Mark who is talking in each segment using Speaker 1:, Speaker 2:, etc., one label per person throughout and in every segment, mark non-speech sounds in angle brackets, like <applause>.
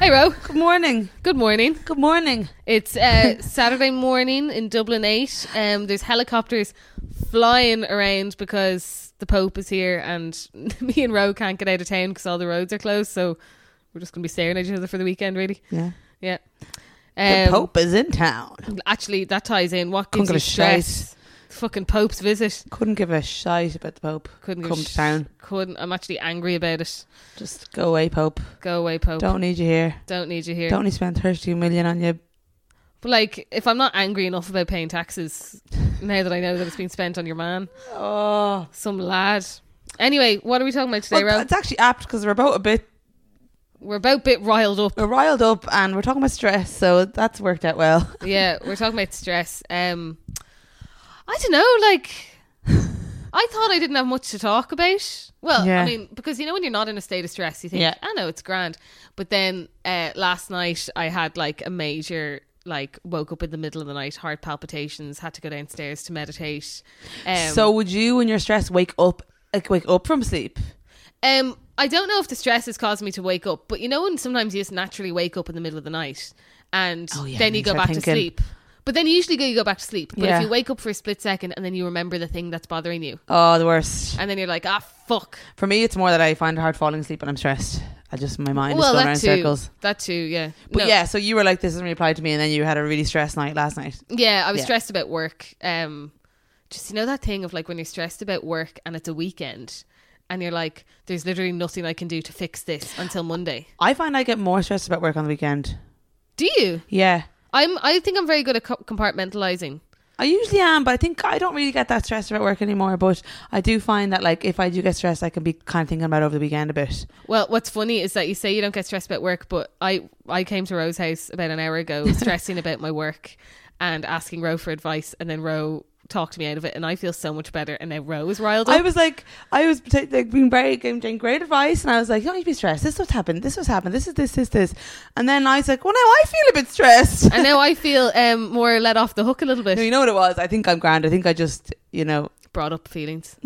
Speaker 1: Hero.
Speaker 2: Good morning.
Speaker 1: Good morning.
Speaker 2: Good morning.
Speaker 1: It's uh, Saturday morning in Dublin 8. Um, there's helicopters flying around because the Pope is here and <laughs> me and Ro can't get out of town because all the roads are closed. So we're just going to be staring at each other for the weekend, really.
Speaker 2: Yeah.
Speaker 1: Yeah.
Speaker 2: The
Speaker 1: Um,
Speaker 2: Pope is in town.
Speaker 1: Actually, that ties in. What
Speaker 2: Couldn't
Speaker 1: gives
Speaker 2: give
Speaker 1: you
Speaker 2: a shite.
Speaker 1: stress? Fucking Pope's visit.
Speaker 2: Couldn't give a shite about the Pope.
Speaker 1: Couldn't give a
Speaker 2: come to
Speaker 1: sh-
Speaker 2: town.
Speaker 1: Couldn't. I'm actually angry about it.
Speaker 2: Just go away, Pope.
Speaker 1: Go away, Pope. Don't,
Speaker 2: Don't need you here.
Speaker 1: need you here.
Speaker 2: Don't need to spend thirty-two million on you.
Speaker 1: But like, if I'm not angry enough about paying taxes, now that I know that it's been spent on your man,
Speaker 2: Oh,
Speaker 1: some lad. Anyway, what are we talking about today,
Speaker 2: well,
Speaker 1: Ro?
Speaker 2: it's actually apt because we're both a bit
Speaker 1: We're about bit riled up.
Speaker 2: we're riled up and we're talking about stress, so that's worked out well.
Speaker 1: yeah, we're talking about stress. Um, I don't know. Like, I thought I didn't have much to talk about. Well,
Speaker 2: Yeah.
Speaker 1: I mean, because you know when you're not in a state of stress, you think,
Speaker 2: Yeah.
Speaker 1: "I know it's grand," but then uh, last night I had like a major. Like woke up in the middle of the night, heart palpitations, had to go downstairs to meditate. Um,
Speaker 2: so would you, when you're stressed, wake up like wake up from sleep?
Speaker 1: Um, I don't know if the stress has caused me to wake up, but you know when sometimes you just naturally wake up in the middle of the night and
Speaker 2: Oh, yeah,
Speaker 1: then
Speaker 2: and
Speaker 1: you
Speaker 2: you
Speaker 1: go
Speaker 2: start
Speaker 1: back to
Speaker 2: thinking.
Speaker 1: sleep. But then usually go- you go back to sleep. But
Speaker 2: Yeah.
Speaker 1: if you wake up for a split second and then you remember the thing that's bothering you,
Speaker 2: Oh, the worst.
Speaker 1: and then you're like, ah, fuck.
Speaker 2: For me, it's more that I find it hard falling asleep when I'm stressed. I just my mind
Speaker 1: well,
Speaker 2: is going
Speaker 1: that
Speaker 2: around
Speaker 1: too.
Speaker 2: circles.
Speaker 1: That too. Yeah.
Speaker 2: But
Speaker 1: No.
Speaker 2: yeah, so you were like, this doesn't really apply to me, and then you had a really stressed night last night.
Speaker 1: Yeah, I was
Speaker 2: Yeah.
Speaker 1: stressed about work. Um, just you know that thing of like when you're stressed about work and it's a weekend, and you're like, there's literally nothing I can do to fix this until Monday.
Speaker 2: I find I get more stressed about work on the weekend.
Speaker 1: Do you?
Speaker 2: Yeah.
Speaker 1: I'm. I think I'm very good at co- compartmentalizing.
Speaker 2: I usually am, but I think I don't really get that stressed about work anymore. But I do find that, like, if I do get stressed, I can be kind of thinking about it over the weekend a bit.
Speaker 1: Well, what's funny is that you say you don't get stressed about work, but I I came to Ro's house about an hour
Speaker 2: <laughs>
Speaker 1: ago stressing about my work and asking Ro for advice, and then Ro talked me out of it, and I feel so much better. And now Ro is riled
Speaker 2: I
Speaker 1: up.
Speaker 2: was like, I was t- like being very giving Jane great advice, and I was like, you don't need to be stressed. This is what's happened. This was happened. This is this, this, this. And then I was like, well, now I feel a bit stressed.
Speaker 1: <laughs> and now I feel um, more let off the hook a little bit.
Speaker 2: No, you know what it was? I think I'm grand. I think I just, you know, <laughs>
Speaker 1: Brought up feelings.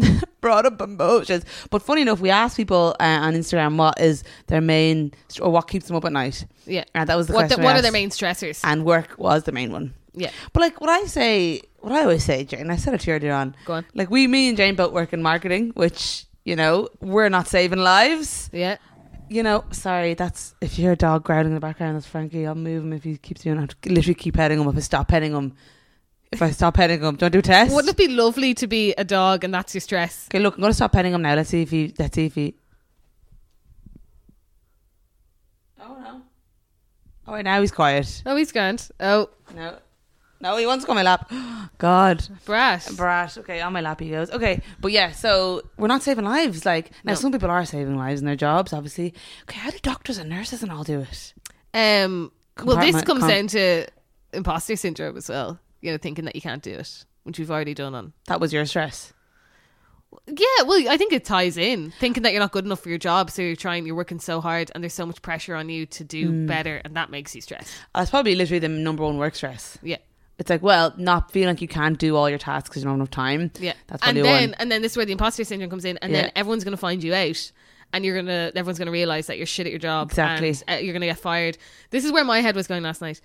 Speaker 2: brought up emotions. But funny enough, we asked people uh, on Instagram what is their main or what keeps them up at night,
Speaker 1: Yeah.
Speaker 2: and that was the
Speaker 1: What, the,
Speaker 2: question. we
Speaker 1: what are their
Speaker 2: asked. Ah.
Speaker 1: main stressors?
Speaker 2: And work was the main one.
Speaker 1: Yeah.
Speaker 2: But like what I say, what I always say, Jane, I said it to you earlier on.
Speaker 1: Go on.
Speaker 2: Like we, me and Jane both work in marketing, which you know we're not saving lives.
Speaker 1: Yeah.
Speaker 2: You know, sorry, that's if your dog growling in the background, that's Frankie. I'll move him if he keeps doing. that. I literally keep petting him. If I stop petting him, if I stop petting him, don't do a test.
Speaker 1: Wouldn't it be lovely to be a dog and that's your stress?
Speaker 2: Okay, look, I'm gonna stop petting him now. Let's see if he. Let's see if he. Oh no! Oh, wait, now he's quiet.
Speaker 1: Oh, he's grand. Oh,
Speaker 2: No, no, he wants to go on my lap. <gasps> God,
Speaker 1: brat.
Speaker 2: brat. Okay, on my lap he goes. Okay, but yeah, so we're not saving lives. Like now,
Speaker 1: No.
Speaker 2: some people are saving lives in their jobs, obviously. Okay, how do doctors and nurses and all do it?
Speaker 1: Um, well, this
Speaker 2: Compartment-
Speaker 1: comes
Speaker 2: com-
Speaker 1: down to imposter syndrome as well. You know, thinking that you can't do it, which we've already done on.
Speaker 2: That was your stress.
Speaker 1: Yeah, well, I think it ties in thinking that you're not good enough for your job, so you're trying, you're working so hard, and there's so much pressure on you to do
Speaker 2: Mm.
Speaker 1: better, and that makes you stressed.
Speaker 2: That's Uh, probably literally the number one work stress.
Speaker 1: Yeah,
Speaker 2: It's like, well, not feeling like you can't do all your tasks because you don't have enough time.
Speaker 1: yeah.
Speaker 2: That's
Speaker 1: and
Speaker 2: probably
Speaker 1: then
Speaker 2: one.
Speaker 1: and then this is where the imposter syndrome comes in, and
Speaker 2: Yeah.
Speaker 1: then everyone's gonna find you out. And you're gonna, everyone's gonna realize that you're shit at your job.
Speaker 2: Exactly.
Speaker 1: and, uh, you're gonna get fired. This is where my head was going last night.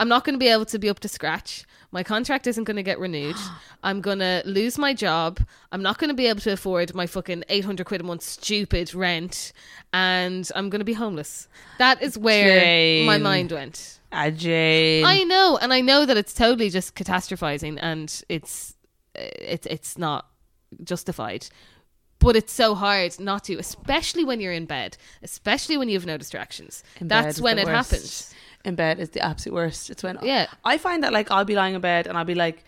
Speaker 1: I'm not going to be able to be up to scratch. My contract isn't going to
Speaker 2: <gasps>
Speaker 1: get renewed. I'm going to lose my job. I'm not going to be able to afford my fucking 800 quid a month stupid rent. And I'm going to be homeless. That is where my
Speaker 2: Jane.
Speaker 1: mind went.
Speaker 2: Ah, Jane.
Speaker 1: I know. And I know that it's totally just catastrophizing and it's, eh, it's, it's not justified. But it's so hard not to, especially when you're in bed, especially when you have no distractions.
Speaker 2: In bed
Speaker 1: That's
Speaker 2: is
Speaker 1: when
Speaker 2: the
Speaker 1: it
Speaker 2: worst.
Speaker 1: happens.
Speaker 2: In bed is the absolute worst. It's when
Speaker 1: Yeah.
Speaker 2: I find that like I'll be lying in bed and I'll be like,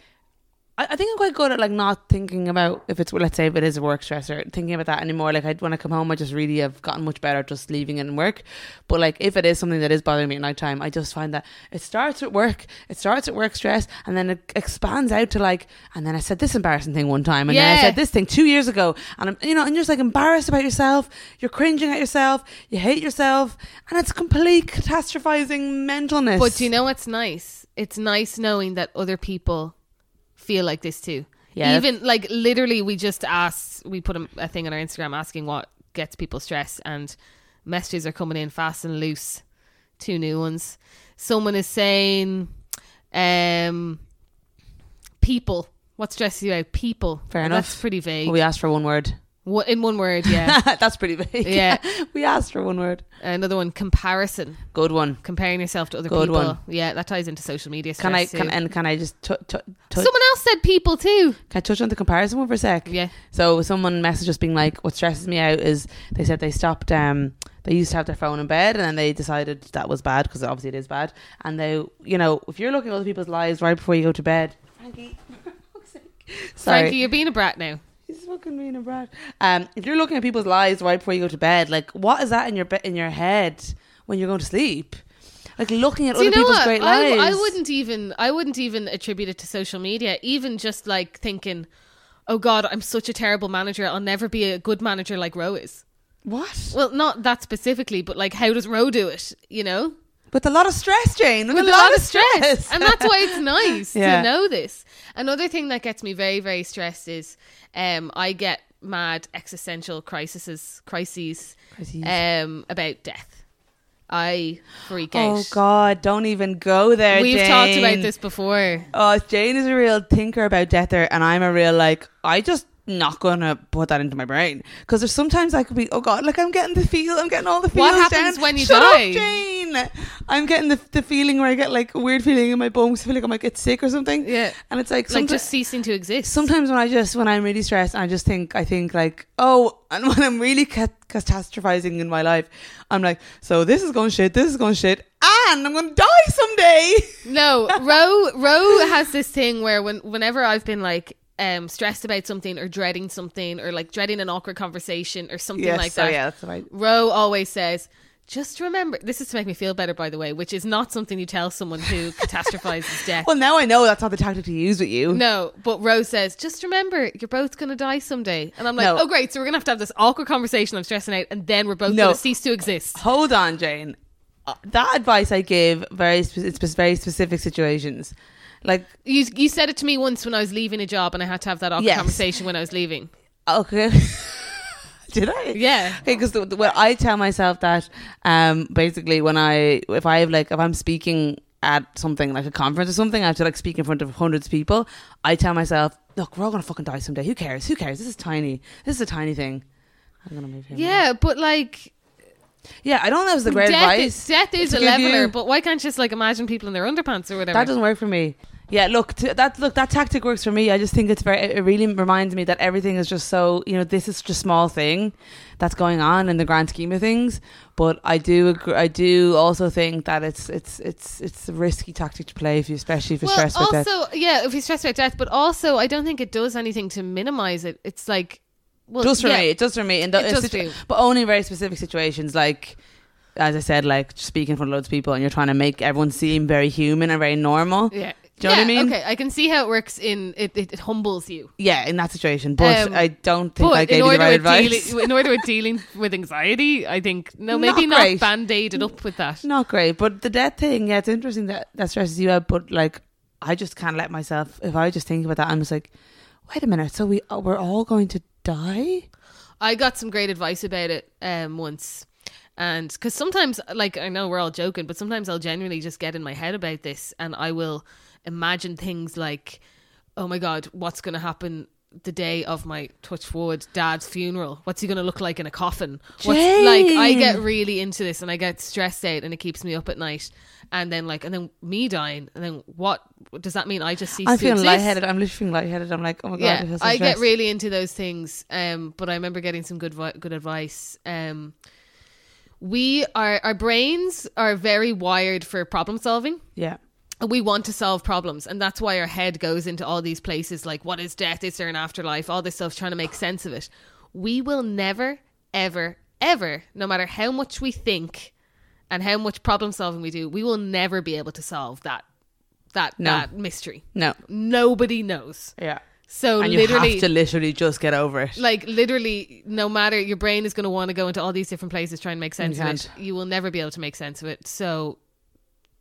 Speaker 2: I, I think I'm quite good at like not thinking about if it's let's say if it is a work stressor, thinking about that anymore. Like I when I come home, I just really have gotten much better at just leaving it in work. But like if it is something that is bothering me at night time, I just find that it starts at work, it starts at work stress, and then it expands out to like, and then I said this embarrassing thing one time, and then I
Speaker 1: Yeah.
Speaker 2: said this thing two years ago, and I'm you know, and you're just like embarrassed about yourself, you're cringing at yourself, you hate yourself, and it's complete catastrophizing mentalness.
Speaker 1: But do you know what's nice? It's nice knowing that other people feel like this too.
Speaker 2: Yeah.
Speaker 1: Even like literally, we just asked, we put a, a thing on our Instagram asking what gets people stressed, and messages are coming in fast and loose. two new ones. Someone is saying, um, people. What stresses you out? People.
Speaker 2: Fair
Speaker 1: And
Speaker 2: enough.
Speaker 1: That's pretty vague.
Speaker 2: Well, Oh, we asked for one word. <laughs>
Speaker 1: Wha- In one word, yeah.
Speaker 2: That's pretty vague.
Speaker 1: Yeah.
Speaker 2: <laughs> we asked for one word.
Speaker 1: Another one, comparison.
Speaker 2: Good one.
Speaker 1: Comparing yourself to other
Speaker 2: Good
Speaker 1: people.
Speaker 2: one.
Speaker 1: Yeah, that ties into social media.
Speaker 2: Can I
Speaker 1: stress
Speaker 2: can
Speaker 1: too.
Speaker 2: and can I just t- t- t-
Speaker 1: Someone else said people too.
Speaker 2: can I touch on the comparison one for a sec?
Speaker 1: Yeah.
Speaker 2: So someone messaged us being like, "What stresses me out is they said they stopped. Um, they used to have their phone in bed, and then they decided that was bad because obviously it is bad. And they, you know, if you're looking at other people's lives right before you go to bed, Frankie, <laughs> for fuck's sake. sorry,
Speaker 1: Frankie, you're being a brat now.
Speaker 2: he's fucking being a brat. Um, if you're looking at people's lives right before you go to bed, like what is that in your be- in your head when you're going to sleep? Like looking at
Speaker 1: Do you
Speaker 2: other
Speaker 1: know
Speaker 2: people's
Speaker 1: what?
Speaker 2: great
Speaker 1: I,
Speaker 2: lives.
Speaker 1: I wouldn't even I wouldn't even attribute it to social media. Even just like thinking, oh God, I'm such a terrible manager. I'll never be a good manager like Ro is.
Speaker 2: What?
Speaker 1: Well, not that specifically, but like, how does Ro do it? You know,
Speaker 2: With a lot of stress, Jane. With,
Speaker 1: with a lot of <laughs> stress, and that's
Speaker 2: <laughs>
Speaker 1: why it's nice
Speaker 2: Yeah.
Speaker 1: to know this. Another thing that gets me very very stressed is, um, I get mad existential crises crises,
Speaker 2: Crises.
Speaker 1: um, about death. I freak
Speaker 2: Oh
Speaker 1: out.
Speaker 2: God! Don't even go there.
Speaker 1: We've talked about
Speaker 2: Jane.
Speaker 1: this before.
Speaker 2: Oh, Jane is a real thinker about death, there, and I'm a real like. I just not gonna put that into my brain because there's sometimes I could be. Oh God! Like I'm getting the feel. I'm getting all the feels.
Speaker 1: What happens
Speaker 2: Jen.
Speaker 1: when you
Speaker 2: Shut
Speaker 1: die?
Speaker 2: Up, Jane. I'm getting the, the feeling where I get like a weird feeling in my bones. I feel like I might get sick or something.
Speaker 1: Yeah.
Speaker 2: And it's like
Speaker 1: like
Speaker 2: someti-
Speaker 1: just ceasing to exist.
Speaker 2: sometimes when I just when I'm really stressed, I just think I think like oh, <laughs> and when I'm really cat- catastrophizing in my life, I'm like, so this is going shit, this is going shit, and I'm gonna die someday. <laughs>
Speaker 1: no, Ro Ro has this thing where when whenever I've been like um stressed about something or dreading something or like dreading an awkward conversation or something
Speaker 2: Yeah,
Speaker 1: like
Speaker 2: so
Speaker 1: that,
Speaker 2: oh, yeah, that's right.
Speaker 1: Ro always says. Just remember, this is to make me feel better, by the way, which is not something you tell
Speaker 2: <laughs>
Speaker 1: someone who catastrophizes death.
Speaker 2: Well, now I know that's not the tactic to use with you.
Speaker 1: No, but Rose says, just remember, you're both going to die someday. And I'm like,
Speaker 2: No.
Speaker 1: oh, great. So we're going to have to have this awkward conversation I'm stressing out, and then we're both
Speaker 2: No.
Speaker 1: going to cease to exist.
Speaker 2: Hold on, Jane. Uh, That advice I give very spe- it's spe- very specific situations, like
Speaker 1: You, you said it to me once when I was leaving a job, and I had to have that awkward
Speaker 2: Yes.
Speaker 1: conversation when I was leaving.
Speaker 2: <laughs> okay. Did I?
Speaker 1: Yeah.
Speaker 2: Okay, because the, the, well, I tell myself that um, basically when I if I have like if I'm speaking at something like a conference or something, I have to like speak in front of hundreds of people. I tell myself, look, we're all gonna fucking die someday. Who cares? Who cares? This is tiny. This is a tiny thing. I'm gonna move here.
Speaker 1: Yeah, but like
Speaker 2: yeah. I don't know. That was the great
Speaker 1: death,
Speaker 2: advice.
Speaker 1: death is
Speaker 2: to
Speaker 1: a
Speaker 2: give
Speaker 1: leveler,
Speaker 2: you.
Speaker 1: but why can't you just like imagine people in their underpants or whatever?
Speaker 2: That doesn't work for me. Yeah, look, t- that look that tactic works for me. I just think it's very. It really reminds me that everything is just so. You know, this is just a small thing that's going on in the grand scheme of things. But I do. Agree, I do also think that it's it's it's it's a risky tactic to play if you, especially if you're
Speaker 1: well,
Speaker 2: stressed about
Speaker 1: also,
Speaker 2: death.
Speaker 1: yeah, if you stress about death, but also I don't think it does anything to minimize it. It's like, well,
Speaker 2: Just for
Speaker 1: yeah,
Speaker 2: me, it does for me, in the,
Speaker 1: It
Speaker 2: in
Speaker 1: does
Speaker 2: situa-
Speaker 1: for you.
Speaker 2: but only in very specific situations like. As I said, like speaking in front of loads of people, and you're trying to make everyone seem very human and very normal.
Speaker 1: Yeah.
Speaker 2: Do you know what I
Speaker 1: Yeah,
Speaker 2: mean?
Speaker 1: Okay, I can see how it works. In it, it, it humbles you.
Speaker 2: Yeah, in that situation, but
Speaker 1: Um,
Speaker 2: I don't think I
Speaker 1: But
Speaker 2: gave
Speaker 1: in
Speaker 2: you the
Speaker 1: order,
Speaker 2: right
Speaker 1: with
Speaker 2: advice.
Speaker 1: dealing, in order with dealing with anxiety, I think no, maybe
Speaker 2: Not
Speaker 1: not,
Speaker 2: great.
Speaker 1: band-aided up with that.
Speaker 2: not great. But the death thing, yeah, it's interesting that that stresses you out. But like, I just can't let myself. If I just think about that, I'm just like, wait a minute. So we uh, we're all going to die.
Speaker 1: I got some great advice about it um, once. And because sometimes, like, I know we're all joking, but sometimes I'll genuinely just get in my head about this and I will imagine things like, oh my God, what's going to happen the day of my touch wood dad's funeral? What's he going to look like in a coffin? What's, like, I get
Speaker 2: Jane!
Speaker 1: really into this and I get stressed out and it keeps me up at night. And then, like, and then me dying. And then what does that mean? I just cease
Speaker 2: I'm
Speaker 1: to
Speaker 2: feeling
Speaker 1: exist?
Speaker 2: lightheaded. I'm literally feeling lightheaded. I'm like, oh my god, I,
Speaker 1: yeah,
Speaker 2: feel so
Speaker 1: I get
Speaker 2: stressed.
Speaker 1: really into those things. Um, but I remember getting some good vi- good advice. Um, we are our brains are very wired for problem solving.
Speaker 2: yeah.
Speaker 1: And We want to solve problems, and that's why our head goes into all these places like what is death? Is there an afterlife? All this stuff, trying to make sense of it. We will never, ever, ever, no matter how much we think and how much problem solving we do, we will never be able to solve that that
Speaker 2: No.
Speaker 1: that mystery.
Speaker 2: No.
Speaker 1: Nobody knows.
Speaker 2: Yeah.
Speaker 1: So
Speaker 2: And you
Speaker 1: literally,
Speaker 2: have to literally just get over it.
Speaker 1: like literally no matter your brain is going to want to go into all these different places trying to make sense of it you will never be able to make sense of it so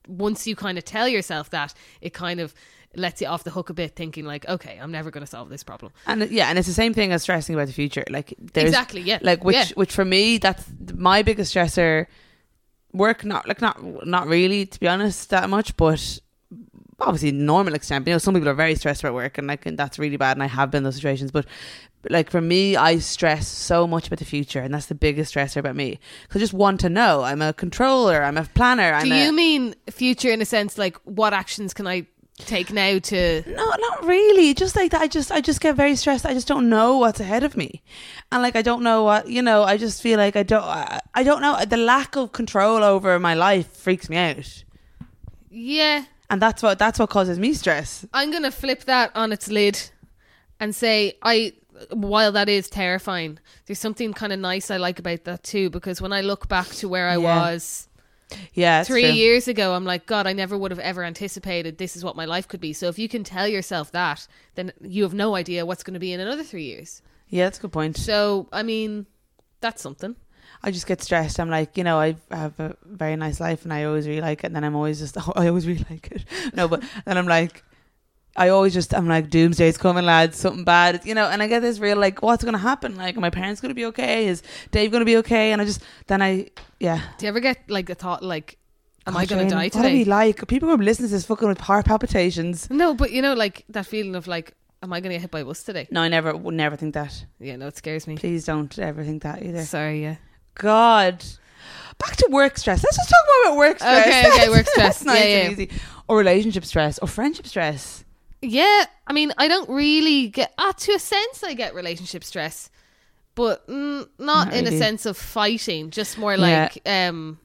Speaker 1: once you kind of tell yourself that it kind of lets you off the hook a bit thinking like okay i'm never going to solve this problem
Speaker 2: And it- yeah, and it's the same thing as stressing about the future. Like there's
Speaker 1: exactly yeah
Speaker 2: like which
Speaker 1: yeah.
Speaker 2: which for me that's my biggest stressor work not like not not really to be honest that much but obviously normal extent but, you know some people are very stressed about work and like and that's really bad and i have been in those situations but but, like for me i stress so much about the future and that's the biggest stressor about me 'Cause i just want to know i'm a controller i'm a planner i'm
Speaker 1: Do
Speaker 2: a,
Speaker 1: you mean future in a sense like what actions can I take now to
Speaker 2: No, not really. Just like that. I just I just get very stressed. I just don't know what's ahead of me, and like I don't know what you know. I just feel like I don't I, I don't know. The lack of control over my life freaks me out,
Speaker 1: Yeah,
Speaker 2: and that's what that's what causes me stress.
Speaker 1: I'm going to flip that on its lid and say I while that is terrifying, there's something kind of nice I like about that too because when I look back to where I
Speaker 2: Yeah.
Speaker 1: was
Speaker 2: Yeah, it's
Speaker 1: 3
Speaker 2: true.
Speaker 1: years ago, I'm like god, I never would have ever anticipated this is what my life could be. So if you can tell yourself that, then you have no idea what's going to be in another 3 years.
Speaker 2: Yeah, that's a good point.
Speaker 1: So, I mean, that's something.
Speaker 2: I just get stressed. I'm like, you know, I have a very nice life and I always really like it. And then I'm always just, <laughs> oh, I always really like it. <laughs> No, but then I'm like, I always just, I'm like, doomsday's coming, lads, something bad, you know. And I get this real, like, what's going to happen? Like, are my parents going to be okay? Is Dave going to be okay? And I just, then I, yeah.
Speaker 1: Do you ever get like a thought like am I
Speaker 2: God,
Speaker 1: going to
Speaker 2: Jane,
Speaker 1: die
Speaker 2: What are we
Speaker 1: today?
Speaker 2: like? People who listen to this fucking with heart palpitations.
Speaker 1: No, but you know like that feeling of like am I going to get hit by a bus today?
Speaker 2: No, I never, would never think that.
Speaker 1: Yeah, no, it scares me.
Speaker 2: Please don't ever think that either.
Speaker 1: Sorry, yeah.
Speaker 2: God. Back to work stress. Let's just talk more about work stress.
Speaker 1: Okay,
Speaker 2: <laughs>
Speaker 1: okay, work stress.
Speaker 2: That's nice
Speaker 1: Yeah, yeah.
Speaker 2: and easy. Or relationship stress, or friendship stress.
Speaker 1: Yeah, I mean, I don't really get. Ah, to a sense, I get relationship stress, but mm, not,
Speaker 2: Not
Speaker 1: in a
Speaker 2: really.
Speaker 1: sense of fighting. Just more
Speaker 2: Yeah.
Speaker 1: like, um,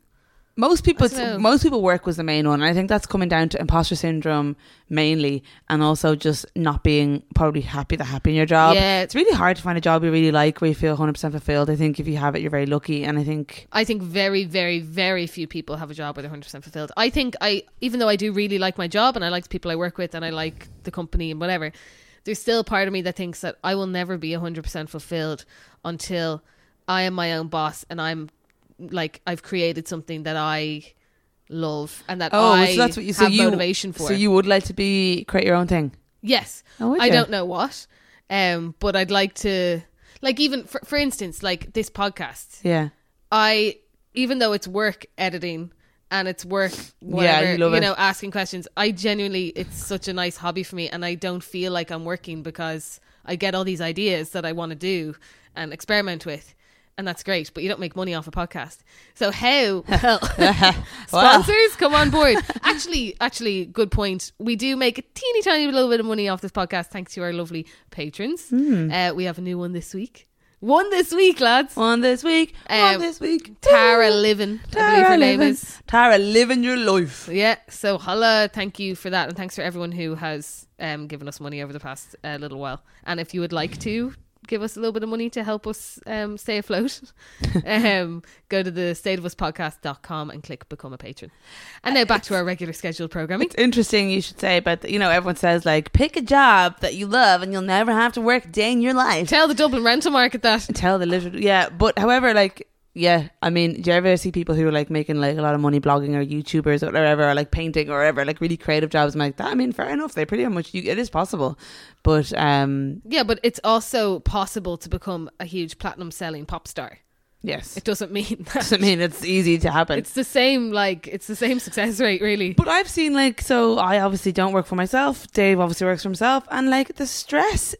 Speaker 2: Most people,
Speaker 1: I dunno.
Speaker 2: most people, work was the main one. And I think that's coming down to imposter syndrome mainly, and also just not being probably happy that happy in your job.
Speaker 1: Yeah.
Speaker 2: it's really hard to find a job you really like where you feel hundred percent fulfilled. I think if you have it, you're very lucky, and I think
Speaker 1: I think very, very, very few people have a job where they're hundred percent fulfilled. I think I, even though I do really like my job and I like the people I work with and I like the company and whatever, there's still a part of me that thinks that I will never be hundred percent fulfilled until I am my own boss and I'm like I've created something that I love and that
Speaker 2: oh,
Speaker 1: I
Speaker 2: so that's what you so
Speaker 1: have
Speaker 2: you
Speaker 1: motivation for.
Speaker 2: So you would like to be create your own thing.
Speaker 1: yes,
Speaker 2: Oh, would
Speaker 1: I
Speaker 2: you?
Speaker 1: don't know what, um, but I'd like to, like even for, for instance, like this podcast. <laughs>
Speaker 2: Yeah,
Speaker 1: I even though it's work editing and it's work whatever,
Speaker 2: you love it.
Speaker 1: know asking questions I genuinely it's such a nice hobby for me and I don't feel like I'm working because I get all these ideas that I want to do and experiment with and that's great but you don't make money off a podcast so how
Speaker 2: <laughs>
Speaker 1: well sponsors come on board <laughs> actually actually good point we do make a teeny tiny little bit of money off this podcast thanks to our lovely patrons
Speaker 2: Hmm.
Speaker 1: uh, we have a new one this week one this week lads
Speaker 2: on this week,
Speaker 1: Um,
Speaker 2: on this week,
Speaker 1: Tara Livin, I believe her name
Speaker 2: living,
Speaker 1: is.
Speaker 2: Tara, living your life.
Speaker 1: Yeah, so holla, thank you for that, and thanks for everyone who has um, given us money over the past uh, little while. And if you would like to give us a little bit of money to help us um, stay <laughs> afloat, um, go to the stateofuspodcast.com and click become a patron. And now back to our regular scheduled programming.
Speaker 2: It's interesting you should say about the, you know everyone says like pick a job that you love and you'll never have to work a day in your life.
Speaker 1: Tell the Dublin rental market that.
Speaker 2: Tell the literal yeah, but however like yeah, I mean, do you ever see people who are like making like a lot of money blogging or YouTubers or whatever, or like painting or whatever, like really creative jobs? I'm like, that, I mean, fair enough. They pretty much, you, it is possible, but um,
Speaker 1: Yeah, but it's also possible to become a huge platinum selling pop star.
Speaker 2: yes,
Speaker 1: It doesn't mean
Speaker 2: <laughs>
Speaker 1: that.
Speaker 2: I mean, it's easy to happen.
Speaker 1: It's the same, like, it's the same success rate, really.
Speaker 2: But I've seen like so I obviously don't work for myself. Dave obviously works for himself, and like the stress,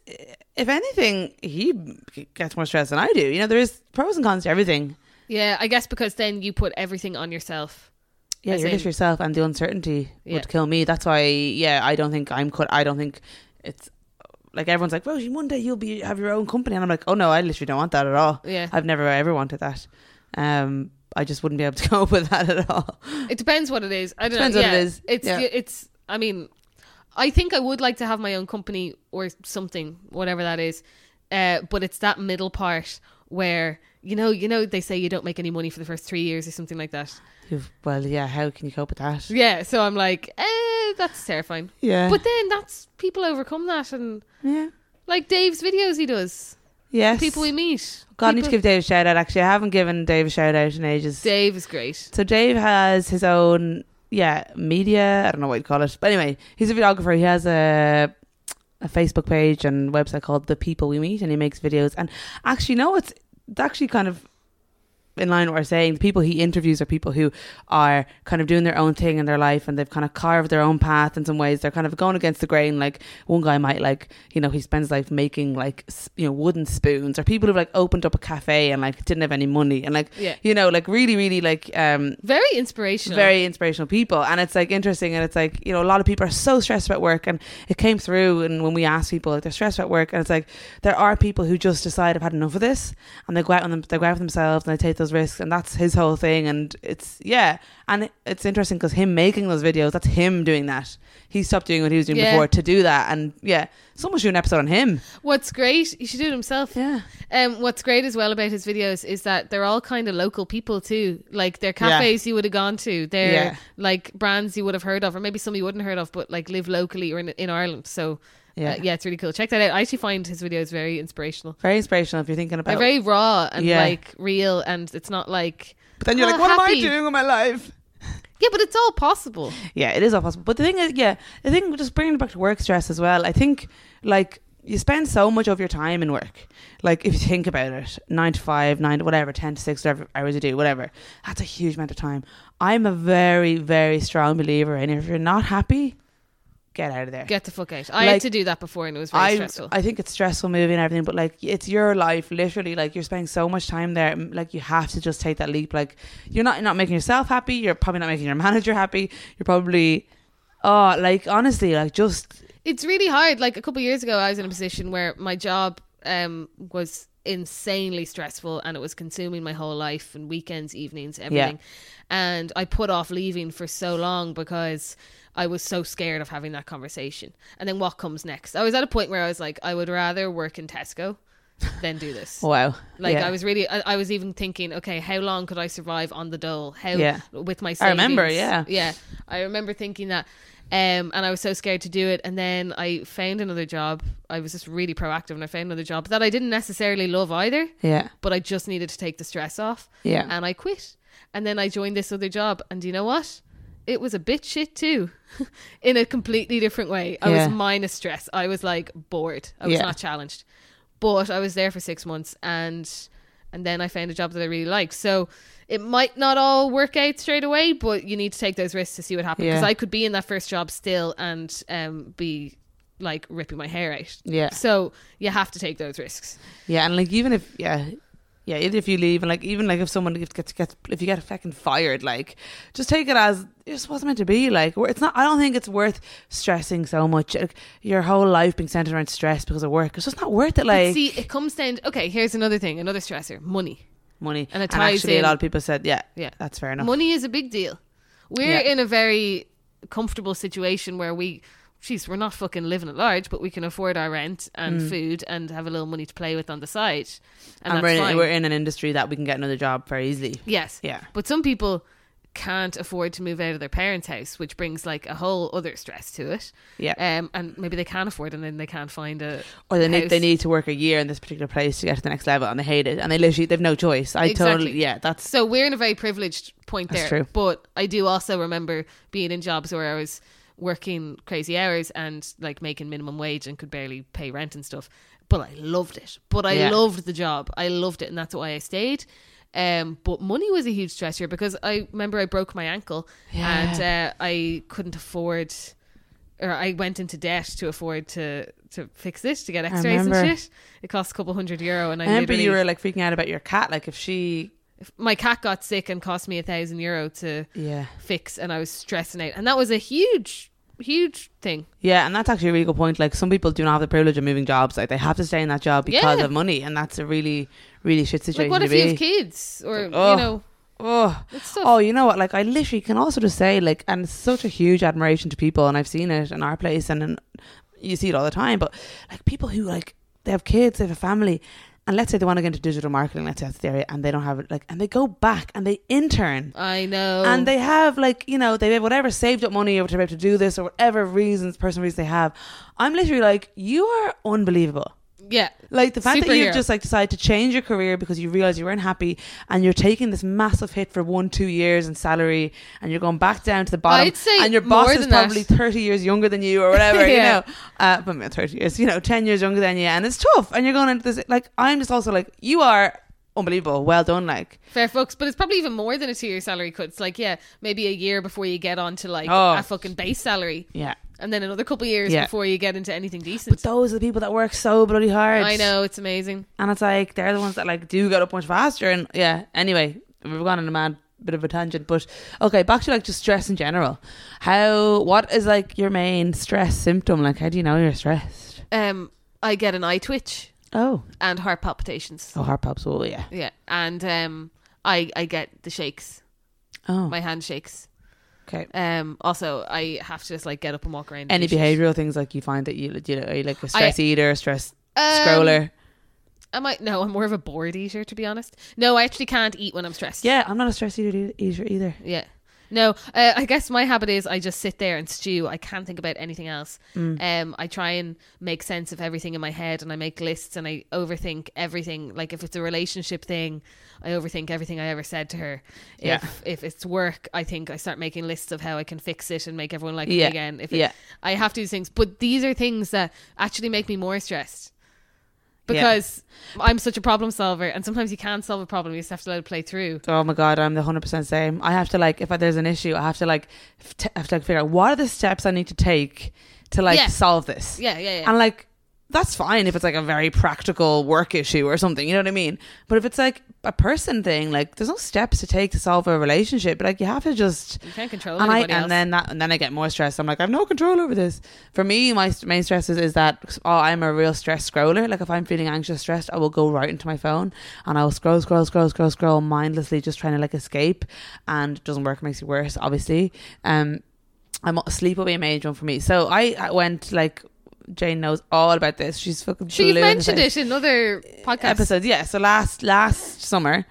Speaker 2: if anything, he gets more stress than I do. You know, there is pros and cons to everything.
Speaker 1: Yeah, I guess because then you put everything on yourself.
Speaker 2: Yeah,
Speaker 1: As
Speaker 2: you're just
Speaker 1: in-
Speaker 2: yourself, and the uncertainty
Speaker 1: Yeah.
Speaker 2: would kill me. That's why, yeah, I don't think I'm cut. I don't think it's like everyone's like, Rosie, one day you'll be have your own company, and I'm like, oh no, I literally don't want that at all.
Speaker 1: Yeah.
Speaker 2: I've never ever wanted that. Um, I just wouldn't be able to <laughs> cope with that at all.
Speaker 1: It depends what it is. I don't
Speaker 2: Depends
Speaker 1: know.
Speaker 2: what it
Speaker 1: Yeah,
Speaker 2: is.
Speaker 1: It's
Speaker 2: Yeah.
Speaker 1: it's I mean I think I would like to have my own company or something, whatever that is. Uh, but it's that middle part where you know, you know they say you don't make any money for the first 3 years or something like that.
Speaker 2: You've, well, yeah, how can you cope with that?
Speaker 1: Yeah, so I'm like, eh, that's terrifying.
Speaker 2: Yeah,
Speaker 1: But then that's people overcome that and
Speaker 2: yeah,
Speaker 1: like Dave's videos he does.
Speaker 2: yes,
Speaker 1: People we meet.
Speaker 2: God, I need to
Speaker 1: People-
Speaker 2: give Dave a shout out. Actually, I haven't given Dave a shout out in ages.
Speaker 1: Dave is great.
Speaker 2: So Dave has his own, yeah, media. I don't know what you'd call it, but anyway, he's a videographer. He has a a Facebook page and website called The People We Meet, and he makes videos. And actually, no, it's it's actually kind of in line with what we're saying, the people he interviews are people who are kind of doing their own thing in their life and they've kind of carved their own path in some ways. They're kind of going against the grain. Like one guy might like, you know, he spends life making like, s- you know, wooden spoons or people who've like opened up a cafe and like didn't have any money and like,
Speaker 1: Yeah.
Speaker 2: you know, like really, really like, um,
Speaker 1: Very inspirational.
Speaker 2: very inspirational people and it's like interesting and it's like you know a lot of people are so stressed about work and it came through and when we asked people like they're stressed about work and it's like there are people who just decide I've had enough of this and they go out on them they go out for themselves and they take those risks and that's his whole thing and it's yeah and it- it's interesting because him making those videos that's him doing that he stopped doing what he was doing
Speaker 1: Yeah.
Speaker 2: before to do that and yeah someone should do an episode on him
Speaker 1: What's great, he should do it himself.
Speaker 2: yeah
Speaker 1: Um, what's great as well about his videos is that they're all kind of local people too. Like they're
Speaker 2: Yeah.
Speaker 1: cafes you would have gone to, they're
Speaker 2: Yeah.
Speaker 1: like brands you would have heard of, or maybe some you wouldn't heard of, but like live locally or in, in Ireland. So yeah.
Speaker 2: yeah
Speaker 1: Uh, yeah, it's really cool. Check that out. I actually find his videos very inspirational.
Speaker 2: very inspirational if you're thinking about
Speaker 1: They're very raw and
Speaker 2: Yeah.
Speaker 1: like real, and it's not like
Speaker 2: but then you're
Speaker 1: Oh,
Speaker 2: like what
Speaker 1: happy.
Speaker 2: am I doing with my life
Speaker 1: yeah, but it's all possible.
Speaker 2: Yeah, it is all possible. But the thing is, yeah, the thing just bringing it back to work stress as well. I think like you spend so much of your time in work. Like if you think about it, nine to five, nine to whatever, ten to six, whatever hours you do, whatever. That's a huge amount of time. I'm a very, very strong believer in if you're not happy, get out of there.
Speaker 1: Get the fuck out. I had
Speaker 2: Like,
Speaker 1: to do that before, and it was very
Speaker 2: I,
Speaker 1: stressful.
Speaker 2: I think it's stressful moving and everything, but like it's your life, literally. Like you're spending so much time there, m- like you have to just take that leap. Like you're not you're not making yourself happy. You're probably not making your <laughs> manager happy. You're probably, oh, like honestly, like just
Speaker 1: It's really hard. Like a couple of years ago, I was in a position where my job um, was insanely stressful and it was consuming my whole life and weekends, evenings, everything. And I put off leaving for so long because I was so scared of having that conversation. And then what comes next? I was at a point where I was like, I would rather work in Tesco than do this.
Speaker 2: wow.
Speaker 1: Like
Speaker 2: Yeah.
Speaker 1: I was really, I, I was even thinking, okay, how long could I survive on the dole? How
Speaker 2: Yeah.
Speaker 1: with my
Speaker 2: I
Speaker 1: savings?
Speaker 2: remember, yeah.
Speaker 1: yeah. I remember thinking that, um, and I was so scared to do it. And then I found another job. I was just really proactive, and I found another job that I didn't necessarily love either,
Speaker 2: yeah,
Speaker 1: but I just needed to take the stress off.
Speaker 2: Yeah.
Speaker 1: and I quit. And then I joined this other job, and you know what? It was a bit shit too, <laughs> in a completely different way. I
Speaker 2: Yeah.
Speaker 1: was minus stress. I was like bored. I was
Speaker 2: Yeah.
Speaker 1: not challenged. But I was there for six months and and then I found a job that I really liked. So it might not all work out straight away, but you need to take those risks to see what happens.
Speaker 2: Yeah.
Speaker 1: Because I could be in that first job still and um, be like ripping my hair out.
Speaker 2: yeah,
Speaker 1: So you have to take those risks.
Speaker 2: yeah. And like even if yeah. Yeah, even if you leave, and like even like if someone gets gets if you get fucking fired, like just take it as it just wasn't meant to be. Like we're- it's not. I don't think it's worth stressing so much. Like, your whole life being centered around stress because of work. It's just not worth it.
Speaker 1: But
Speaker 2: Like
Speaker 1: see, it comes down. Okay, here's another thing, another stressor: money.
Speaker 2: money.
Speaker 1: And
Speaker 2: and
Speaker 1: it ties
Speaker 2: actually,
Speaker 1: in-
Speaker 2: a lot of people said, yeah,
Speaker 1: Yeah.
Speaker 2: that's fair enough.
Speaker 1: Money is a big deal. We're
Speaker 2: Yeah.
Speaker 1: in a very comfortable situation where we, jeez, we're not fucking living at large, but we can afford our rent and food and have a little money to play with on the side, and,
Speaker 2: Mm. and
Speaker 1: that's
Speaker 2: we're in,
Speaker 1: fine.
Speaker 2: we're in an industry that we can get another job very easily.
Speaker 1: yes,
Speaker 2: Yeah.
Speaker 1: but some people can't afford to move out of their parents' house, which brings like a whole other stress to it.
Speaker 2: Yeah.
Speaker 1: um, and maybe they can afford, and then they can't find a.
Speaker 2: Or they need,
Speaker 1: house.
Speaker 2: they need to work a year in this particular place to get to the next level and they hate it and they literally, they've no choice. I totally,
Speaker 1: Exactly.
Speaker 2: yeah, that's,
Speaker 1: So we're in a very privileged point
Speaker 2: That's
Speaker 1: there.
Speaker 2: true.
Speaker 1: But I do also remember being in jobs where I was working crazy hours and like making minimum wage and could barely pay rent and stuff. But I loved it. But I
Speaker 2: Yeah.
Speaker 1: loved the job. I loved it and that's why I stayed. Um, but money was a huge stressor because I remember I broke my ankle
Speaker 2: Yeah.
Speaker 1: and uh, I couldn't afford or I went into debt to afford to to fix it, to get x-rays and
Speaker 2: remember.
Speaker 1: shit. It cost a couple hundred euro and I,
Speaker 2: I remember
Speaker 1: literally
Speaker 2: you were like freaking out about your cat. Like if she,
Speaker 1: my cat got sick and cost me a thousand euro to
Speaker 2: yeah.
Speaker 1: fix and I was stressing out. And that was a huge, huge thing.
Speaker 2: Yeah, and that's actually a really good point. Like some people do not have the privilege of moving jobs. Like they have to stay in that job because
Speaker 1: Yeah.
Speaker 2: of money and that's a really, really shit
Speaker 1: Like,
Speaker 2: situation
Speaker 1: what
Speaker 2: to
Speaker 1: if
Speaker 2: be.
Speaker 1: you have kids or,
Speaker 2: Oh.
Speaker 1: you know,
Speaker 2: oh.
Speaker 1: it's stuff.
Speaker 2: Oh, you know what? Like, I literally can also just say, like, and it's such a huge admiration to people, and I've seen it in our place, and in, you see it all the time. But like, people who like they have kids, they have a family, and let's say they want to get into digital marketing, let's say that's the area, and they don't have it, like, and they go back and they intern.
Speaker 1: I know.
Speaker 2: And they have like you know they have whatever saved up money or to be able to do this or whatever reasons personal reasons they have. I'm literally like you are unbelievable.
Speaker 1: yeah.
Speaker 2: Like the fact that
Speaker 1: Superhero.
Speaker 2: you've just like decided to change your career because you realize you weren't happy and you're taking this massive hit for one, two years in salary and you're going back down to the bottom.
Speaker 1: I'd say
Speaker 2: and your
Speaker 1: more
Speaker 2: boss is
Speaker 1: than that.
Speaker 2: probably 30 years younger than
Speaker 1: <laughs>
Speaker 2: you or whatever, you
Speaker 1: Yeah.
Speaker 2: know. Uh, but not 30 years, you know, 10 years younger than you. And it's tough. And you're going into this, like, I'm just also like, you are unbelievable. Well done. Like,
Speaker 1: Fair fucks, but it's probably even more than a two year salary cut. It's like, yeah, maybe a year before you get onto like
Speaker 2: Oh.
Speaker 1: a fucking base salary,
Speaker 2: yeah.
Speaker 1: and then another couple years
Speaker 2: Yeah.
Speaker 1: before you get into anything
Speaker 2: But
Speaker 1: decent.
Speaker 2: those are the people that work so bloody hard.
Speaker 1: I know it's amazing.
Speaker 2: And it's like they're the ones that like do get up much faster. And yeah, anyway, we've gone on a mad bit of a tangent. But okay, back to like just stress in general. How what is like your main stress symptom? Like how do you know you're stressed?
Speaker 1: Um, I get an eye twitch
Speaker 2: Oh.
Speaker 1: and heart palpitations.
Speaker 2: Oh heart pops, oh yeah.
Speaker 1: Yeah, and um, I I get the shakes,
Speaker 2: Oh
Speaker 1: my hand shakes.
Speaker 2: okay.
Speaker 1: Um, also I have to just like get up and walk around. and
Speaker 2: Any
Speaker 1: do shit.
Speaker 2: behavioural things like you find that you, you know, are you like a
Speaker 1: I-
Speaker 2: stress eater, a stress
Speaker 1: Um,
Speaker 2: scroller?
Speaker 1: Am I? No, I'm more of a bored eater to be honest. No, I actually can't eat when I'm stressed.
Speaker 2: Yeah, I'm not a stress eater e-, eater either.
Speaker 1: Yeah. No, uh, I guess my habit is I just sit there and stew. I can't think about anything else.
Speaker 2: Mm.
Speaker 1: Um, I try and make sense of everything in my head, and I make lists, and I overthink everything. Like if it's a relationship thing, I overthink everything I ever said to her.
Speaker 2: Yeah.
Speaker 1: If if it's work, I think I start making lists of how I can fix it and make everyone like
Speaker 2: Yeah.
Speaker 1: me again. If it-
Speaker 2: Yeah.
Speaker 1: I have to do things, but these are things that actually make me more stressed.
Speaker 2: Yeah.
Speaker 1: Because I'm such a problem solver, and sometimes you can't solve a problem; you just have to let it play through.
Speaker 2: Oh my god, I'm the hundred percent same. I have to like if there's an issue, I have to like f- t- I have to like figure out what are the steps I need to take to like
Speaker 1: Yeah.
Speaker 2: solve this.
Speaker 1: Yeah, yeah, yeah.
Speaker 2: And like that's fine if it's like a very practical work issue or something, you know what I mean? But if it's like a person thing, like there's no steps to take to solve a relationship, but like you have to just
Speaker 1: you can't control
Speaker 2: and I
Speaker 1: anybody else.
Speaker 2: and then that and then I get more stressed. I'm like, I have no control over this. For me, my st- main stress is, is that oh, I'm a real stress scroller. Like if I'm feeling anxious, stressed, I will go right into my phone and I will scroll, scroll, scroll, scroll, scroll mindlessly, just trying to like escape. And it doesn't work; makes it worse, obviously. Um, I'm sleep will be a major one for me. So I, I went like Jane knows all about this. She's fucking.
Speaker 1: Sure, you've
Speaker 2: blue in the
Speaker 1: mentioned
Speaker 2: face
Speaker 1: it
Speaker 2: <laughs>
Speaker 1: in other podcasts.
Speaker 2: episodes. Yeah. So last last summer,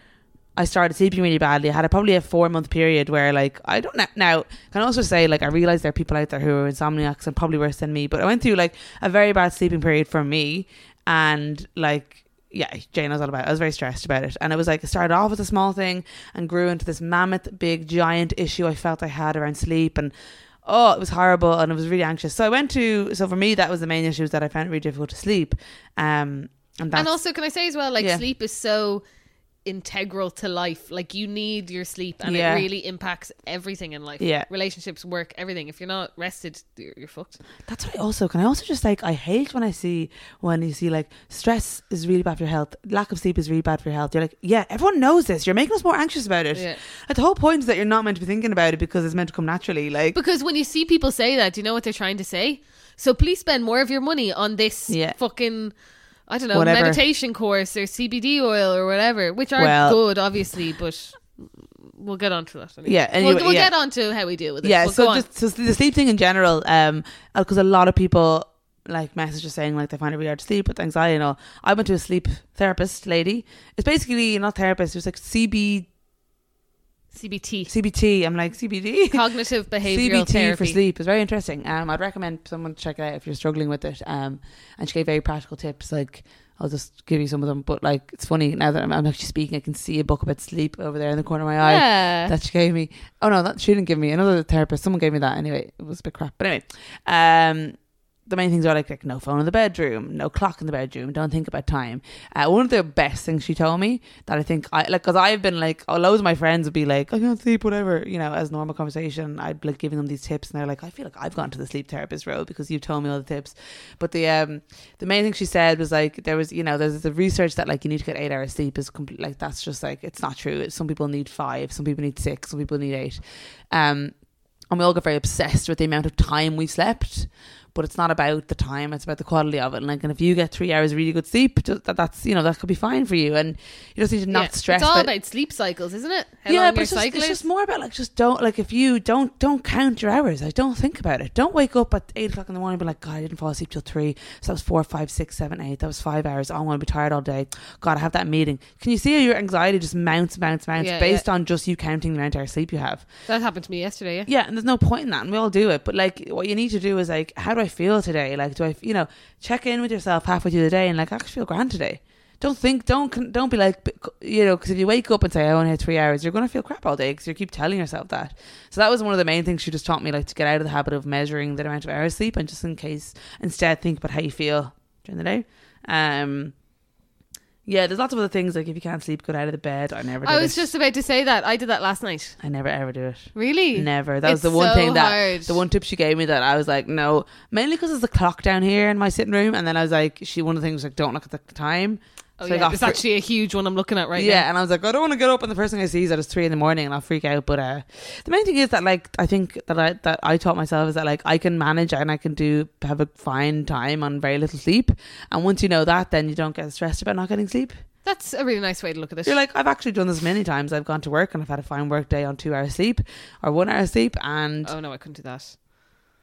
Speaker 2: I started sleeping really badly. I had a, probably a four month period where like I don't know. Now can also say like I realize there are people out there who are insomniacs and probably worse than me. But I went through like a very bad sleeping period for me, and like. Yeah, Jane knows all about it. I was very stressed about it. And it was like, it started off as a small thing and grew into this mammoth, big, giant issue I felt I had around sleep. And oh, it was horrible. And I was really anxious. So I went to, so for me, that was the main issue is that I found it really difficult to sleep. Um, and that's
Speaker 1: and also, can I say as well, like
Speaker 2: Yeah.
Speaker 1: sleep is so integral to life. Like you need your sleep, and
Speaker 2: Yeah.
Speaker 1: it really impacts everything in life.
Speaker 2: Yeah.
Speaker 1: relationships, work, everything. If you're not rested, you're, you're fucked.
Speaker 2: That's what I also can I also just like I hate when I see when you see like stress is really bad for your health, lack of sleep is really bad for your health. You're like, yeah, everyone knows this. You're making us more anxious about it.
Speaker 1: Yeah.
Speaker 2: Like, the whole point is that you're not meant to be thinking about it because it's meant to come naturally. Like,
Speaker 1: Because when you see people say that, do you know what they're trying to say? So please spend more of your money on this
Speaker 2: Yeah.
Speaker 1: fucking. I don't know,
Speaker 2: Whatever.
Speaker 1: meditation course or CBD oil or whatever, which are
Speaker 2: Well-
Speaker 1: good, obviously, but we'll get onto that. Anyway.
Speaker 2: Yeah, anyway,
Speaker 1: we'll, we'll
Speaker 2: yeah.
Speaker 1: get on to how we deal with it.
Speaker 2: yeah.
Speaker 1: But go
Speaker 2: so
Speaker 1: on.
Speaker 2: just so the sleep thing in general, um, because a lot of people like messages saying like they find it really hard to sleep with anxiety and all. I went to a sleep therapist lady. It's basically not therapist. It was like CB
Speaker 1: CBT,
Speaker 2: CBT. I'm like CBD.
Speaker 1: cognitive behavioral
Speaker 2: CBT
Speaker 1: therapy.
Speaker 2: for sleep is very interesting. Um, I'd recommend someone to check it out if you're struggling with it. Um, and she gave very practical tips. Like I'll just give you some of them. But like it's funny now that I'm, I'm actually speaking, I can see a book about sleep over there in the corner of my eye
Speaker 1: Yeah.
Speaker 2: that she gave me. Oh no, that she didn't give me. Another therapist, someone gave me that anyway. It was a bit crap, but anyway. Um, the main things are like, like no phone in the bedroom, no clock in the bedroom. Don't think about time. Uh, one of the best things she told me that I think I like because I've been like, oh, loads of my friends would be like, I can't sleep, whatever, you know, as normal conversation. I'd be like giving them these tips, and they're like, I feel like I've gone to the sleep therapist road because you told me all the tips. But the um the main thing she said was like there was you know there's the research that like you need to get eight hours sleep is complete like that's just like it's not true. It's, some people need five, some people need six, some people need eight. Um, and we all get very obsessed with the amount of time we slept but it's not about the time it's about the quality of it and like and if you get three hours really good sleep just, that, that's you know that could be fine for you and you just need to not
Speaker 1: Yeah.
Speaker 2: stress
Speaker 1: It's all
Speaker 2: about-
Speaker 1: about sleep cycles, isn't it? How
Speaker 2: yeah,
Speaker 1: long
Speaker 2: but
Speaker 1: your
Speaker 2: it's just,
Speaker 1: cycle
Speaker 2: it's
Speaker 1: is.
Speaker 2: just more about like just don't like if you don't don't count your hours. Like don't think about it. Don't wake up at eight o'clock in the morning and be like, God, I didn't fall asleep till three. So that was four, five, six, seven, eight. That was five hours. Oh, I'm gonna be tired all day. God, I have that meeting. Can you see how your anxiety just mounts, mounts, mounts
Speaker 1: Yeah,
Speaker 2: based on just you counting the amount of hours sleep you have?
Speaker 1: that happened to me yesterday. Yeah.
Speaker 2: yeah and there's no point in that and we all do it but like what you need to do is like how do i feel today like do i you know check in with yourself halfway through the day and like i actually feel grand today don't think don't con- don't be like you know because if you wake up and say i only had three hours you're going to feel crap all day because you keep telling yourself that so that was one of the main things she just taught me like to get out of the habit of measuring the amount of hours sleep and just in case instead think about how you feel during the day um Yeah, there's lots of other things like if you can't sleep, get out of the bed. I never.
Speaker 1: I
Speaker 2: did
Speaker 1: was
Speaker 2: it.
Speaker 1: just about to say that. I did that last night.
Speaker 2: I never ever do it.
Speaker 1: Really?
Speaker 2: Never. That was
Speaker 1: It's
Speaker 2: the one
Speaker 1: so
Speaker 2: thing that
Speaker 1: hard.
Speaker 2: the one tip she gave me that I was like, no, mainly because there's a clock down here in my sitting room, and then I was like, she one of the things was like, don't look at the time.
Speaker 1: Oh,
Speaker 2: So I
Speaker 1: yeah.
Speaker 2: got
Speaker 1: It's
Speaker 2: fr-
Speaker 1: actually a huge one I'm looking at right
Speaker 2: yeah,
Speaker 1: now.
Speaker 2: and I was like, I don't want to get up, and the first thing I see is that it's three in the morning, and I'll freak out. But uh, the main thing is that, like, I think that I that I taught myself is that like I can manage and I can do have a fine time on very little sleep, and once you know that, then you don't get stressed about not getting sleep.
Speaker 1: That's a really nice way to look at it.
Speaker 2: You're like, I've actually done this many times. I've gone to work and I've had a fine work day on two hours sleep or one hour sleep, and
Speaker 1: oh no, I couldn't do that.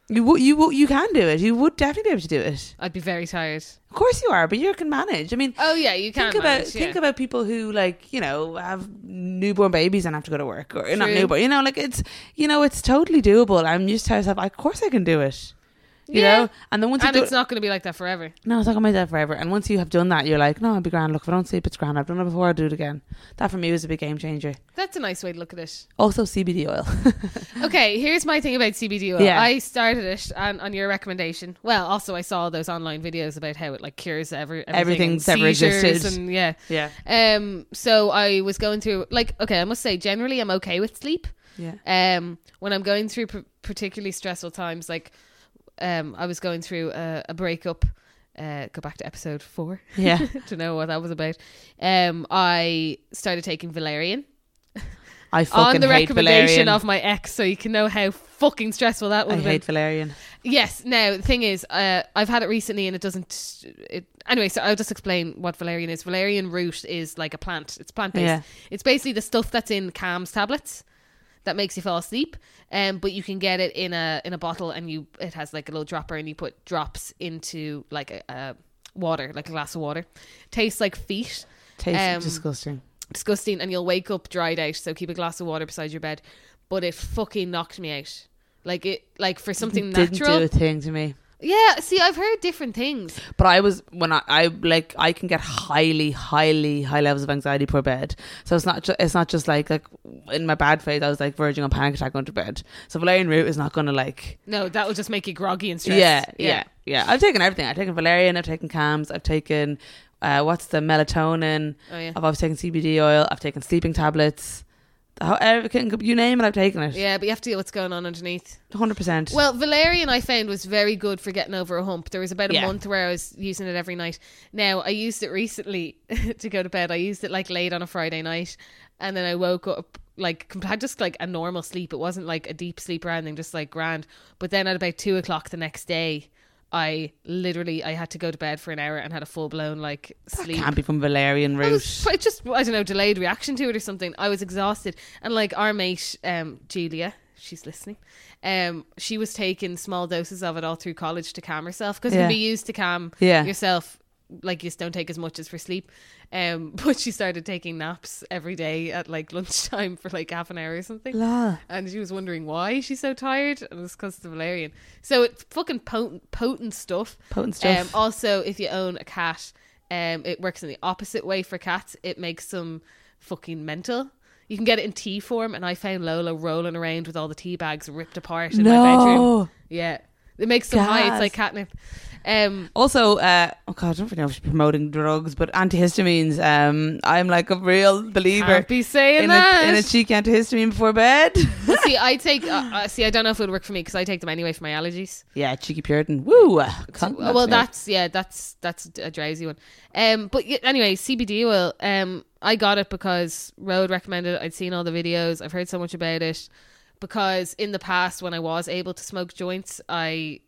Speaker 2: you would you would you can do it. You would definitely be able to do it.
Speaker 1: I'd be very tired.
Speaker 2: Of course you are, but you can manage. I mean,
Speaker 1: Oh yeah, you can
Speaker 2: think about
Speaker 1: manage,
Speaker 2: think
Speaker 1: yeah.
Speaker 2: about people who like you know have newborn babies and have to go to work or not
Speaker 1: True.
Speaker 2: newborn. You know, like it's you know it's totally doable. I'm used to myself. Of course I can do it. You
Speaker 1: Yeah.
Speaker 2: know, and then once
Speaker 1: and
Speaker 2: you do,
Speaker 1: it's not going to be like that forever.
Speaker 2: no, it's not gonna be that forever. And once you have done that, you're like, no, I'd be grand. Look, if I don't sleep, it's grand. I've done it before. I'll do it again. That for me was a big game changer.
Speaker 1: That's a nice way to look
Speaker 2: <laughs>
Speaker 1: at it.
Speaker 2: Also, CBD
Speaker 1: <laughs>
Speaker 2: oil.
Speaker 1: Okay, here's my thing about CBD oil.
Speaker 2: Yeah.
Speaker 1: I started it on, on your recommendation. Well, also I saw those online videos about how it like cures every everything
Speaker 2: Everything's
Speaker 1: and
Speaker 2: ever
Speaker 1: seizures
Speaker 2: existed.
Speaker 1: and yeah.
Speaker 2: yeah,
Speaker 1: Um, so I was going through like okay, I must say generally I'm okay with sleep.
Speaker 2: yeah.
Speaker 1: Um, when I'm going through p- particularly stressful times, like um, I was going through a, a breakup. Uh, go back to episode four <laughs>
Speaker 2: Yeah.
Speaker 1: to know what that was about. Um, I started taking Valerian
Speaker 2: I fucking
Speaker 1: <laughs> on the
Speaker 2: hate
Speaker 1: recommendation
Speaker 2: Valerian.
Speaker 1: of my ex, so you can know how fucking stressful that would
Speaker 2: I
Speaker 1: have been.
Speaker 2: hate Valerian.
Speaker 1: Yes. Now, the thing is, uh, I've had it recently, and it doesn't. It, anyway, so I'll just explain what valerian is. Valerian root is like a plant. It's plant based.
Speaker 2: Yeah.
Speaker 1: It's basically the stuff that's in Calm's tablets that makes you fall asleep. Um, but you can get it in a in a bottle, and you it has like a little dropper, and you put drops into like a, a water, like a glass of water. Tastes like feet
Speaker 2: Tastes
Speaker 1: Um,
Speaker 2: disgusting.
Speaker 1: disgusting and you'll wake up dried out so keep a glass of water beside your bed but it fucking knocked me out like it like for something
Speaker 2: Didn't
Speaker 1: natural
Speaker 2: do a thing to me.
Speaker 1: yeah see i've heard different things
Speaker 2: But I was when I, I like I can get highly, highly high levels of anxiety per bed. So it's not ju- it's not just like like in my bad phase I was like verging on panic attack going to bed. So valerian root is not gonna like
Speaker 1: no that will just make you groggy and stressed
Speaker 2: yeah, yeah yeah I've taken everything. I've taken valerian. I've taken cams. I've taken uh, what's the melatonin.
Speaker 1: oh yeah
Speaker 2: I've obviously taken CBD oil. I've taken sleeping tablets. However, you name it, I've taken it.
Speaker 1: yeah but you have to deal with what's going on underneath
Speaker 2: hundred percent.
Speaker 1: well valerian i found was very good for getting over a hump there was about a
Speaker 2: Yeah.
Speaker 1: month where i was using it every night now i used it recently <laughs> to go to bed i used it like late on a friday night and then i woke up like com- had just like a normal sleep it wasn't like a deep sleep or anything just like grand but then at about two o'clock the next day i literally i had to go to bed for an hour and had a full-blown like sleep
Speaker 2: can't be from valerian
Speaker 1: I
Speaker 2: root.
Speaker 1: was I just I don't know delayed reaction to it or something. I was exhausted, and like our mate um, Julia, she's listening. Um, she was taking small doses of it all through college to calm herself because it
Speaker 2: Yeah.
Speaker 1: can be used to calm
Speaker 2: Yeah.
Speaker 1: yourself. Like you just don't take as much as for sleep. Um, <laughs> but she started taking naps every day at like lunchtime for like half an hour or something.
Speaker 2: La.
Speaker 1: And she was wondering why she's so tired, and it's because of the valerian. So it's fucking potent, potent stuff.
Speaker 2: Potent stuff.
Speaker 1: Um, also, if you own a cat, um, it works in the opposite way for cats. It makes them fucking mental. You can get it in tea form, and I found Lola rolling around with all the tea bags ripped apart in my bedroom.
Speaker 2: no.
Speaker 1: Yeah, it makes them high. It's
Speaker 2: Gas.
Speaker 1: like catnip. Um,
Speaker 2: Also, uh, oh god, I don't know if she's promoting drugs, but antihistamines. Um, I'm like a real believer
Speaker 1: can't be saying
Speaker 2: in
Speaker 1: that.
Speaker 2: a, <laughs> in a cheek antihistamine before bed. <laughs>
Speaker 1: see, I take. Uh, uh, see, I don't know if it would work for me because I take them anyway for my allergies.
Speaker 2: yeah, cheeky Puritan. Woo. Cunt,
Speaker 1: well,
Speaker 2: me.
Speaker 1: that's yeah, that's that's a drowsy one. Um, but y- anyway, CBD oil. Um, I got it because Road recommended it. I'd seen all the videos. I've heard so much about it. Because in the past, when I was able to smoke joints, I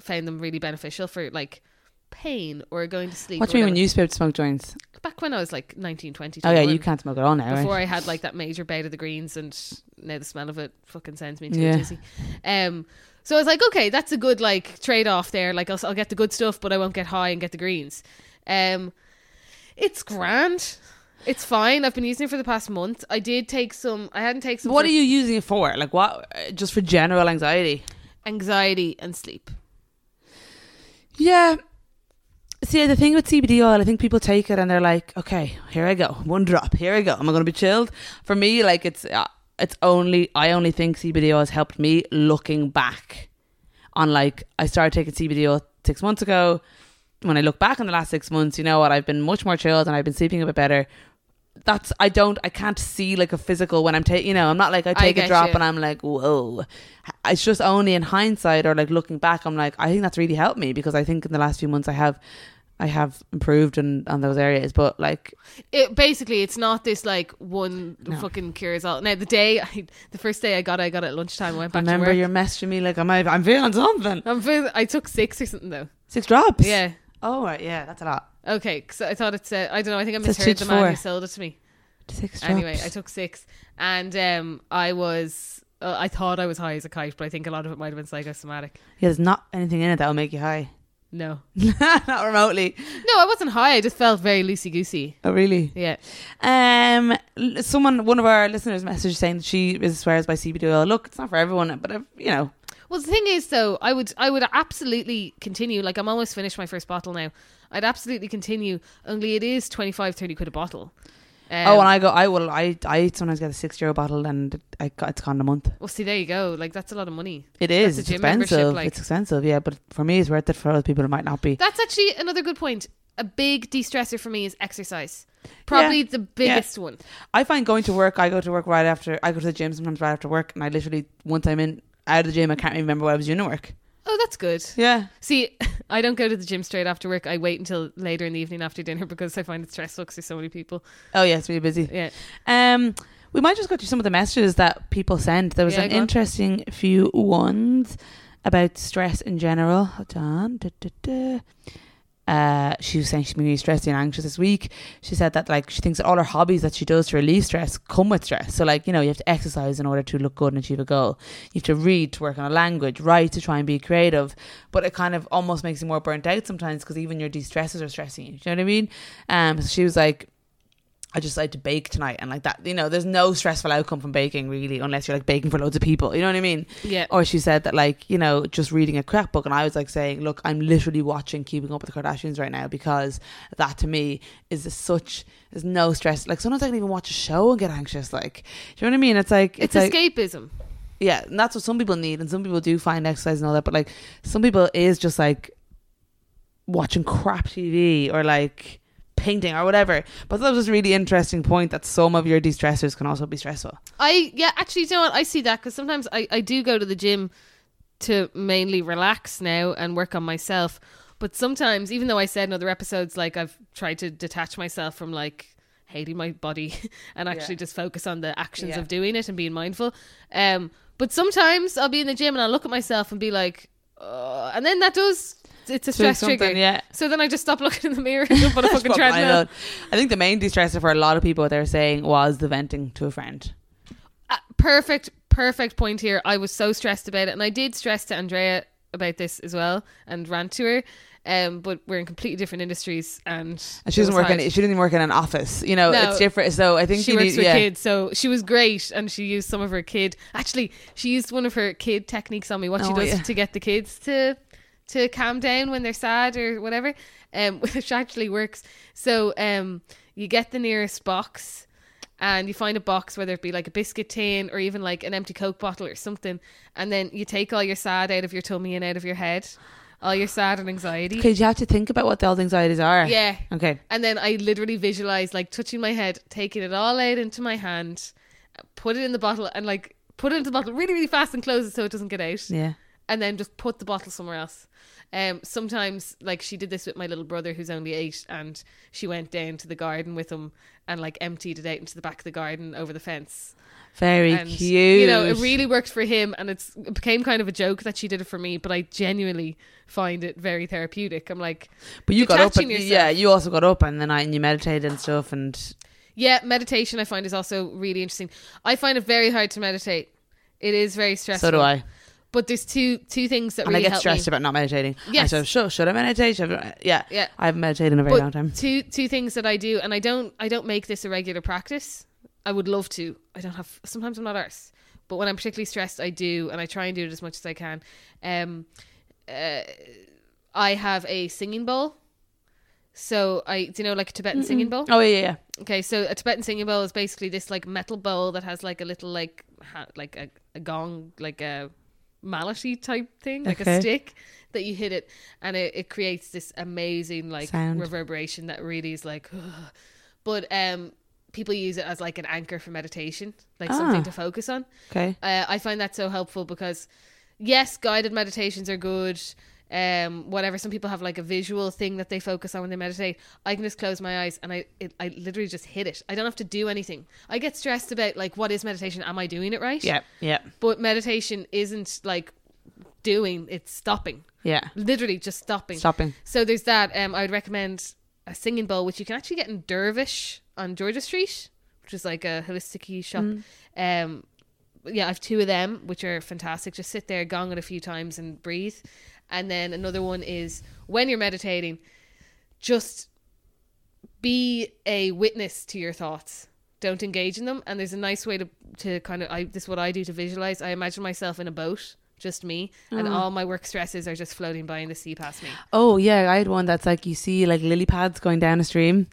Speaker 1: found them really beneficial for like pain or going to sleep.
Speaker 2: What
Speaker 1: or
Speaker 2: do you mean when
Speaker 1: whatever.
Speaker 2: you spoke to smoke joints?
Speaker 1: Back when I was like 19, 20,
Speaker 2: Oh yeah, you
Speaker 1: 21,
Speaker 2: can't smoke at all now.
Speaker 1: Before
Speaker 2: Right?
Speaker 1: I had like that major bite of the greens, and now the smell of it fucking sends me to
Speaker 2: Yeah.
Speaker 1: a tizzy. Um, so I was like, okay, that's a good like trade off there. Like I'll, I'll get the good stuff, but I won't get high and get the greens. Um, it's grand. It's fine. I've been using it for the past month. I did take some. I hadn't taken some.
Speaker 2: What
Speaker 1: for
Speaker 2: are you using it for? Like what? uh, Just for general anxiety?
Speaker 1: Anxiety and sleep.
Speaker 2: Yeah. See, the thing with CBD oil, I think people take it and they're like, okay, here I go, one drop, here I go. Am I going to be chilled? For me, like it's, uh, it's only I only think CBD oil has helped me looking back on like I started taking CBD oil six months ago. when I look back on the last six months, you know what? I've been much more chilled and I've been sleeping a bit better. That's I don't I can't see like a physical when I'm taking you know I'm not like I take a
Speaker 1: get
Speaker 2: drop
Speaker 1: you.
Speaker 2: and I'm like whoa. It's just only in hindsight or like looking back I'm like I think that's really helped me because I think in the last few months I have I have improved in on those areas but like
Speaker 1: It basically it's not this like one
Speaker 2: No.
Speaker 1: fucking cures all. Now the day I, the first day I got it, I got it at lunchtime. I went
Speaker 2: I
Speaker 1: back
Speaker 2: remember
Speaker 1: to work.
Speaker 2: you're messaging me like I'm I'm feeling something
Speaker 1: I'm feeling, I took six or something though.
Speaker 2: six drops
Speaker 1: Yeah.
Speaker 2: oh right yeah that's a lot
Speaker 1: Okay, because I thought it said I don't know. I think I
Speaker 2: It says
Speaker 1: misheard
Speaker 2: two
Speaker 1: the
Speaker 2: to
Speaker 1: man who
Speaker 2: four.
Speaker 1: sold it to me.
Speaker 2: six drops
Speaker 1: Anyway, I took six, and um, I was uh, I thought I was high as a kite, but I think a lot of it might have been psychosomatic.
Speaker 2: yeah there's not anything in it that will make you high
Speaker 1: No,
Speaker 2: <laughs> not remotely
Speaker 1: no, I wasn't high. I just felt very loosey goosey.
Speaker 2: oh really
Speaker 1: Yeah,
Speaker 2: Um, l- someone, one of our listeners, messaged saying that she is swears by CBD oil. Look, it's not for everyone, but uh, you know,
Speaker 1: Well, the thing is, though, I would I would absolutely continue. Like, I'm almost finished my first bottle now. I'd absolutely continue. Only it is 25, 30 quid a bottle. Um,
Speaker 2: oh, and I go, I will, I, I sometimes get a six euro bottle, and I got it's gone a month.
Speaker 1: well, see, there you go. Like, that's a lot of money.
Speaker 2: It is,
Speaker 1: a
Speaker 2: it's
Speaker 1: gym membership,
Speaker 2: expensive.
Speaker 1: like.
Speaker 2: It's expensive, yeah, but for me, it's worth it. For other people, it might not be.
Speaker 1: That's actually another good point. A big de stressor for me is exercise. Probably the biggest one.
Speaker 2: I find going to work, I go to work right after, I go to the gym sometimes right after work, and I literally once I'm in out of the gym, I can't remember what I was doing at work.
Speaker 1: Oh, that's good.
Speaker 2: Yeah,
Speaker 1: See, <laughs> I don't go to the gym straight after work. I wait until later in the evening after dinner because I find it stressful because there's so many people.
Speaker 2: oh yeah, it's really busy.
Speaker 1: Yeah.
Speaker 2: Um, we might just go through some of the messages that people sent. There was
Speaker 1: Yeah,
Speaker 2: an
Speaker 1: go on.
Speaker 2: interesting few ones about stress in general. Hold on. Da, da, da. Uh, she was saying she's been really stressed and anxious this week. She said that like she thinks that all her hobbies that she does to relieve stress come with stress. So like you know you have to exercise in order to look good and achieve a goal. You have to read to work on a language, write to try and be creative. But it kind of almost makes you more burnt out sometimes because even your de stresses are stressing you. Do you know what I mean? Um, so she was like, I just like to bake tonight and like that. You know, there's no stressful outcome from baking really, unless you're like baking for loads of people. You know what I mean?
Speaker 1: Yeah.
Speaker 2: Or she said that like, you know, just reading a scrapbook and I was like saying, Look, I'm literally watching Keeping Up with the Kardashians right now because that to me is a such there's no stress. Like sometimes I can even watch a show and get anxious, like do you know what I mean? It's like
Speaker 1: It's,
Speaker 2: it's, like
Speaker 1: escapism.
Speaker 2: yeah, and that's what some people need and some people do find exercise and all that, but like some people is just like watching crap TV or like painting or whatever. But that was a really interesting point that some of your de-stressors can also be stressful.
Speaker 1: I yeah, actually, do you know what? I see that because sometimes I I do go to the gym to mainly relax now and work on myself. But sometimes, even though I said in other episodes, like I've tried to detach myself from like hating my body <laughs> and actually
Speaker 2: Yeah.
Speaker 1: just focus on the actions
Speaker 2: Yeah.
Speaker 1: of doing it and being mindful. Um, but sometimes I'll be in the gym and I'll look at myself and be like, uh, and then that does it's a stress
Speaker 2: Something,
Speaker 1: trigger. <laughs>
Speaker 2: Yeah.
Speaker 1: So then I just stop looking in the mirror
Speaker 2: <laughs>
Speaker 1: and jump on a fucking
Speaker 2: But I,
Speaker 1: treadmill.
Speaker 2: know- I think the main de-stressor for a lot of people what they're saying was the venting to a friend.
Speaker 1: Uh, perfect, perfect point here. I was so stressed about it, and I did stress to Andrea about this as well and rant to her. Um, but we're in completely different industries, and,
Speaker 2: And she doesn't
Speaker 1: it was
Speaker 2: work in
Speaker 1: hard.
Speaker 2: she didn't work in an office. You know,
Speaker 1: No.
Speaker 2: it's different. So I think
Speaker 1: She
Speaker 2: you
Speaker 1: works
Speaker 2: need-
Speaker 1: with
Speaker 2: yeah.
Speaker 1: kids, so she was great, and she used some of her kid. Actually, she used one of her kid techniques on me. What she
Speaker 2: Oh,
Speaker 1: does
Speaker 2: yeah.
Speaker 1: to get the kids to to calm down when they're sad or whatever, um, <laughs> which actually works. So, um, you get the nearest box, and you find a box whether it be like a biscuit tin or even like an empty coke bottle or something, and then you take all your sad out of your tummy and out of your head, all your sad and anxiety.
Speaker 2: Because you have to think about what the old anxieties are.
Speaker 1: Yeah,
Speaker 2: Okay.
Speaker 1: and then I literally visualize like touching my head, taking it all out into my hand, put it in the bottle, and like put it into the bottle really, really fast and close it so it doesn't get out,
Speaker 2: Yeah.
Speaker 1: and then just put the bottle somewhere else. Um, sometimes like she did this with my little brother who's only eight, and she went down to the garden with him and like emptied it out into the back of the garden over the fence.
Speaker 2: Very
Speaker 1: And,
Speaker 2: cute.
Speaker 1: You know, it really worked for him, and it's, it became kind of a joke that she did it for me. But I genuinely find it very therapeutic. I'm like,
Speaker 2: But you got up,
Speaker 1: detaching
Speaker 2: and,
Speaker 1: yourself.
Speaker 2: yeah. You also got up and the night, and you meditated and stuff, and
Speaker 1: Yeah, meditation I find is also really interesting. I find it very hard to meditate. It is very stressful.
Speaker 2: so do I.
Speaker 1: But there's two two things that
Speaker 2: And I
Speaker 1: really
Speaker 2: get
Speaker 1: help
Speaker 2: stressed
Speaker 1: me.
Speaker 2: about not meditating.
Speaker 1: Yes.
Speaker 2: I said, sure, should I meditate? Should I-" Yeah,
Speaker 1: Yeah.
Speaker 2: I haven't meditated in a very
Speaker 1: But
Speaker 2: long time.
Speaker 1: Two two things that I do, and I don't I don't make this a regular practice. I would love to. I don't have. Sometimes I'm not arse, but when I'm particularly stressed, I do, and I try and do it as much as I can. Um, uh, I have a singing bowl. So I, do you know, like a Tibetan singing bowl.
Speaker 2: Oh yeah, yeah, yeah.
Speaker 1: Okay, so a Tibetan singing bowl is basically this like metal bowl that has like a little like ha- like a, a gong, like a mallety type thing, like
Speaker 2: Okay.
Speaker 1: a stick that you hit it, and it, it creates this amazing like
Speaker 2: Sound.
Speaker 1: reverberation that really is like. <sighs> ugh. But um, people use it as like an anchor for meditation, like
Speaker 2: Ah.
Speaker 1: something to focus on.
Speaker 2: Okay.
Speaker 1: Uh, I find that so helpful because, yes, guided meditations are good. Um, whatever. Some people have like a visual thing that they focus on when they meditate. I can just close my eyes and I, it, I literally just hit it. I don't have to do anything. I get stressed about like, what is meditation? Am I doing it right?
Speaker 2: Yeah. Yeah.
Speaker 1: But meditation isn't like doing; it's stopping.
Speaker 2: Yeah.
Speaker 1: Literally, just stopping.
Speaker 2: Stopping.
Speaker 1: So there's that. Um, I would recommend a singing bowl, which you can actually get in Dervish on Georgia Street, which is like a holistic shop. Um, yeah, I have two of them, which are fantastic. Just sit there, gong it a few times, and breathe. And then another one is when you're meditating, just be a witness to your thoughts. Don't engage in them. And there's a nice way to to kind of I this is what I do to visualize. I imagine myself in a boat, just me, and all my work stresses are just floating by in the sea past me.
Speaker 2: Oh yeah, I had one that's like you see like lily pads going down a stream,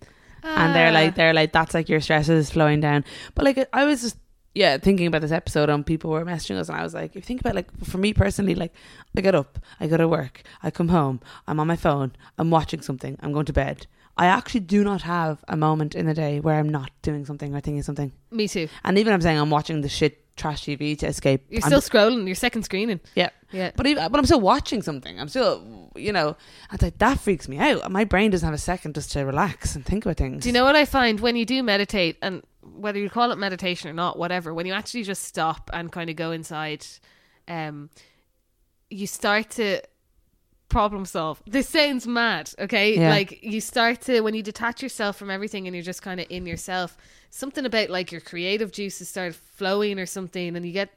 Speaker 2: and they're
Speaker 1: Ah.
Speaker 2: like they're like that's like your stresses flowing down. But like I was just yeah thinking about this episode and people were messaging us and I was like, if you think about like for me personally, like I get up, I go to work, I come home, I'm on my phone, I'm watching something, I'm going to bed. I actually do not have a moment in the day where I'm not doing something or thinking something.
Speaker 1: Me too.
Speaker 2: And even I'm saying I'm watching the shit trash TV to escape.
Speaker 1: You're
Speaker 2: I'm-
Speaker 1: still scrolling. You're second screening.
Speaker 2: yeah.
Speaker 1: Yeah.
Speaker 2: But even, but I'm still watching something. I'm still, you know, and like that freaks me out. My brain doesn't have a second just to relax and think about things.
Speaker 1: Do you know what I find when you do meditate, and whether you call it meditation or not, whatever, when you actually just stop and kind of go inside, um, you start to problem solve. This sounds mad, okay?
Speaker 2: Yeah.
Speaker 1: Like you start to when you detach yourself from everything and you're just kind of in yourself. Something about like your creative juices start flowing or something, and you get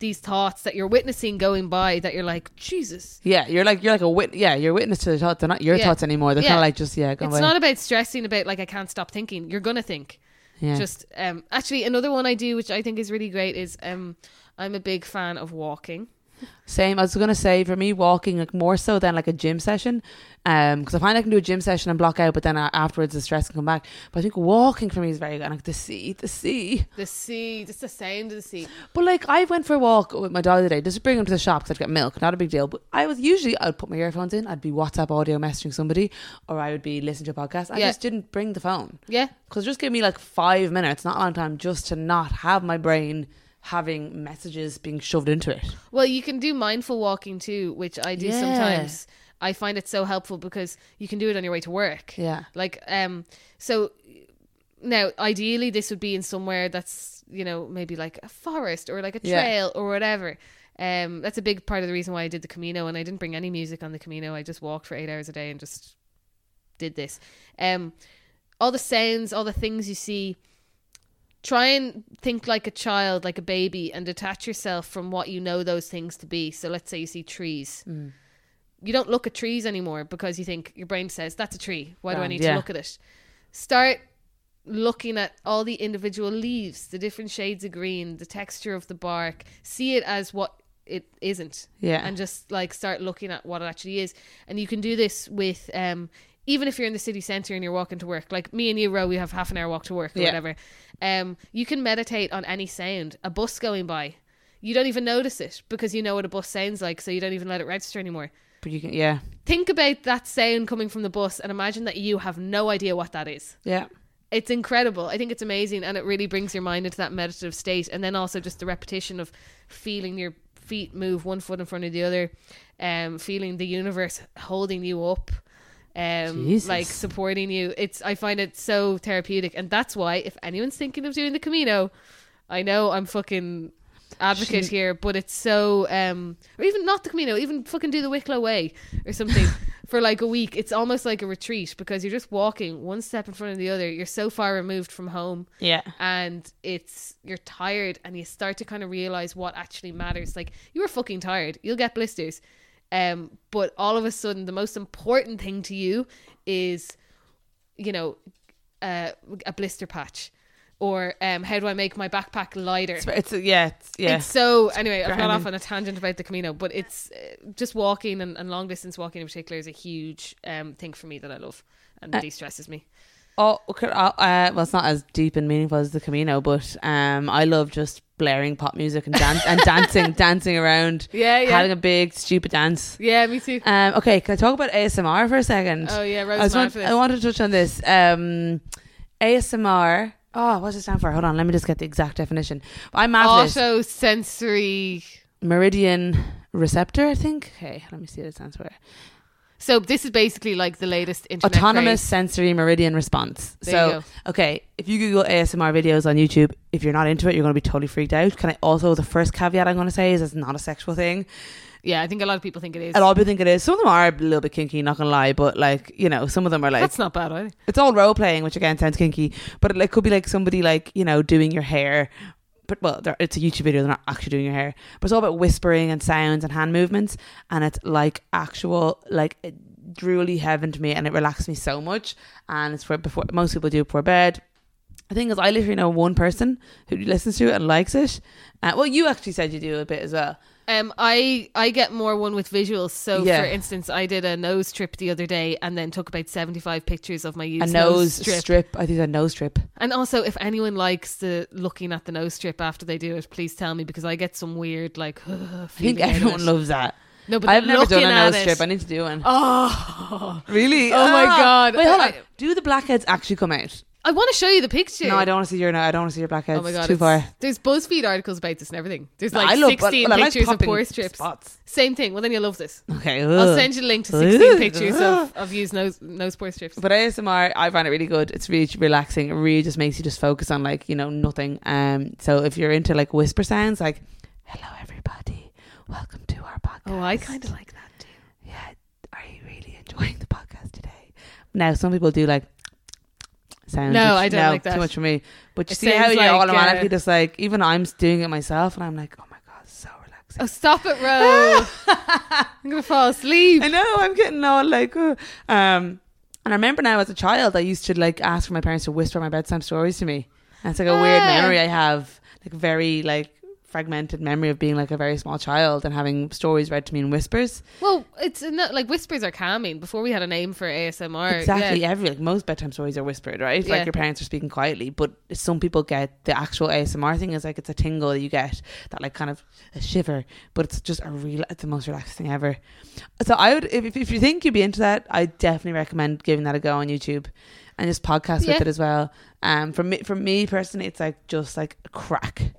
Speaker 1: these thoughts that you're witnessing going by that you're like, Jesus,
Speaker 2: Yeah, you're like you're like a wit. Yeah, you're a witness to the thought. They're not your
Speaker 1: Yeah.
Speaker 2: thoughts anymore. They're
Speaker 1: Yeah.
Speaker 2: kind of like just yeah. Go
Speaker 1: it's
Speaker 2: away.
Speaker 1: not about stressing about like I can't stop thinking. You're gonna think.
Speaker 2: yeah.
Speaker 1: Just um actually another one I do which I think is really great is um I'm a big fan of walking.
Speaker 2: Same. I was gonna say for me walking like more so than like a gym session, um, because I find I can do a gym session and block out, but then uh, afterwards the stress can come back. But I think walking for me is very good. And, like the sea, the sea.
Speaker 1: The sea, just the sound of the sea.
Speaker 2: But like I went for a walk with my dog today, just to bring him to the shop because I'd get milk, not a big deal. But I was usually I'd put my earphones in, I'd be WhatsApp audio messaging somebody, or I would be listening to a podcast. I
Speaker 1: Yeah.
Speaker 2: just didn't bring the phone
Speaker 1: Yeah.
Speaker 2: because it just gave me like five minutes, not a long time, just to not have my brain having messages being shoved into it.
Speaker 1: Well, you can do mindful walking too, which I do
Speaker 2: Yeah.
Speaker 1: sometimes. I find it so helpful because you can do it on your way to work.
Speaker 2: Yeah,
Speaker 1: Like um so now ideally this would be in somewhere that's, you know, maybe like a forest or like a
Speaker 2: Yeah.
Speaker 1: trail or whatever. Um that's a big part of the reason why I did the Camino and I didn't bring any music on the Camino. I just walked for 8 hours a day and just did this. Um all the sounds, all the things you see try and think like a child, like a baby and detach yourself from what you know those things to be. So let's say you see trees you don't look at trees anymore because you think your brain says that's a tree. Why do I
Speaker 2: Grand,
Speaker 1: need
Speaker 2: yeah.
Speaker 1: to look at it? Start looking at all the individual leaves, the different shades of green, the texture of the bark. See it as what it isn't,
Speaker 2: yeah,
Speaker 1: and just like start looking at what it actually is. And you can do this with um, even if you're in the city center and you're walking to work. Like me and you, Ro, we have half an hour walk to work or
Speaker 2: Yeah.
Speaker 1: whatever. Um, you can meditate on any sound, a bus going by. You don't even notice it because you know what a bus sounds like, so you don't even let it register anymore
Speaker 2: but you can, yeah,
Speaker 1: think about that sound coming from the bus and imagine that you have no idea what that is.
Speaker 2: yeah.
Speaker 1: It's incredible. I think it's amazing and it really brings your mind into that meditative state and then also just the repetition of feeling your feet move one foot in front of the other, um feeling the universe holding you up. Um,
Speaker 2: Jesus.
Speaker 1: like supporting you. It's I find it so therapeutic, and that's why if anyone's thinking of doing the Camino, I know I'm fucking advocate
Speaker 2: She-
Speaker 1: here, but it's so um or even not the Camino, even fucking do the Wicklow Way or something for like a week. It's almost like a retreat because you're just walking one step in front of the other. You're so far removed from home
Speaker 2: Yeah.
Speaker 1: and it's you're tired and you start to kind of realize what actually matters. Like you were fucking tired. You'll get blisters. Um but all of a sudden the most important thing to you is you know uh, a blister patch or um how do I make my backpack lighter?
Speaker 2: It's, it's yeah, it's, yeah.
Speaker 1: It's so anyway. I've gone
Speaker 2: grinding.
Speaker 1: off on a tangent about the Camino, but it's uh, just walking and, and long distance walking in particular is a huge um, thing for me that I love and
Speaker 2: Uh,
Speaker 1: de stresses me.
Speaker 2: Oh, okay. Uh, uh, well, it's not as deep and meaningful as the Camino, but um, I love just blaring pop music and dance and dancing, <laughs> dancing around,
Speaker 1: Yeah, yeah.
Speaker 2: having a big stupid dance.
Speaker 1: yeah, me too.
Speaker 2: Um, okay, can I talk about ASMR for a second?
Speaker 1: Oh yeah,
Speaker 2: I,
Speaker 1: Rose
Speaker 2: just want,
Speaker 1: for this.
Speaker 2: I want to touch on this. Um, ASMR. Oh, what's it stand for? Hold on, let me just get the exact definition. I'm after this.
Speaker 1: Auto sensory.
Speaker 2: Meridian receptor, I think. Okay, let me see what it stands for.
Speaker 1: So this is basically like the latest internet
Speaker 2: Autonomous
Speaker 1: craze.
Speaker 2: sensory meridian response.
Speaker 1: There
Speaker 2: so,
Speaker 1: you go.
Speaker 2: okay, if you Google ASMR videos on YouTube, if you're not into it, you're going to be totally freaked out. Can I also, the first caveat I'm going to say is it's not a sexual thing.
Speaker 1: Yeah, I think a lot of people think it is.
Speaker 2: A lot of people think it is. Some of them are a little bit kinky, not going to lie, but like, you know, some of them are like,
Speaker 1: That's not bad either.
Speaker 2: it's all role playing, which again sounds kinky, but it like could be like somebody like you know doing your hair, but well, they're- it's a YouTube video; they're not actually doing your hair, but it's all about whispering and sounds and hand movements, and it's like actual like it really heaven to me, and it relaxed me so much, and it's for before most people do it before bed. The thing is, I literally know one person who listens to it and likes it. Uh, well, you actually said you do a bit as well.
Speaker 1: Um, I I get more one with visuals. So
Speaker 2: Yeah.
Speaker 1: for instance, I did a nose trip the other day and then took about seventy five pictures of my
Speaker 2: A
Speaker 1: used
Speaker 2: nose, strip.
Speaker 1: strip.
Speaker 2: I think a nose strip.
Speaker 1: And also, if anyone likes the looking at the nose strip after they do it, please tell me because I get some weird like. <sighs> I
Speaker 2: I think everyone loves that.
Speaker 1: No, but
Speaker 2: I've never done
Speaker 1: looking
Speaker 2: a nose
Speaker 1: at it-
Speaker 2: strip. I need to do one.
Speaker 1: Oh,
Speaker 2: Really? Ah.
Speaker 1: Oh my God.
Speaker 2: Wait, hold on.
Speaker 1: I-
Speaker 2: Do the blackheads actually come out?
Speaker 1: I want to show you the picture.
Speaker 2: No, I don't want to see your. No, I don't want to see your blackheads.
Speaker 1: Oh my god,
Speaker 2: too
Speaker 1: it's-
Speaker 2: far.
Speaker 1: There's BuzzFeed articles about this and everything. There's
Speaker 2: No,
Speaker 1: like
Speaker 2: I love- well,
Speaker 1: 16
Speaker 2: well, I like
Speaker 1: pictures of
Speaker 2: popping
Speaker 1: poor strips.
Speaker 2: spots.
Speaker 1: Same thing. Well, then you'll love this.
Speaker 2: Okay.
Speaker 1: I'll
Speaker 2: ugh.
Speaker 1: send you the link to
Speaker 2: Ugh.
Speaker 1: 16 pictures of, of used nose nose pore strips.
Speaker 2: But ASMR, I find it really good. It's really relaxing. It really just makes you just focus on like you know nothing. Um. So if you're into like whisper sounds, like "Hello everybody, welcome to our podcast."
Speaker 1: Oh, I kind of like that too.
Speaker 2: Yeah. Are you really enjoying the podcast today? Now some people do like. Sounds
Speaker 1: No,
Speaker 2: which-
Speaker 1: I don't like that.
Speaker 2: Too much for me. But you
Speaker 1: It
Speaker 2: see how
Speaker 1: sounds
Speaker 2: you
Speaker 1: like,
Speaker 2: automatically
Speaker 1: uh,
Speaker 2: just like even I'm doing it myself, and I'm like, oh my god, so relaxing.
Speaker 1: Oh, stop it,
Speaker 2: <laughs>
Speaker 1: Ro. I'm gonna fall asleep.
Speaker 2: I know. I'm getting all like, oh. um. And I remember now as a child, I used to like ask for my parents to whisper my bedtime stories to me. And it's like a weird
Speaker 1: Ah.
Speaker 2: memory I have, like very like fragmented memory of being like a very small child and having stories read to me in whispers.
Speaker 1: Well, it's no, like whispers are calming. Before we had a name for ASMR,
Speaker 2: exactly.
Speaker 1: Yeah.
Speaker 2: Every like most bedtime stories are whispered, right?
Speaker 1: Yeah.
Speaker 2: Like your parents are speaking quietly, but some people get the actual ASMR thing is like it's a tingle that you get that like kind of a shiver, but it's just a real it's the most relaxing thing ever. So I would if, if you think you'd be into that, I definitely recommend giving that a go on YouTube and just podcast
Speaker 1: Yeah.
Speaker 2: with it as well. Um, for me for me personally, it's like just like a crack.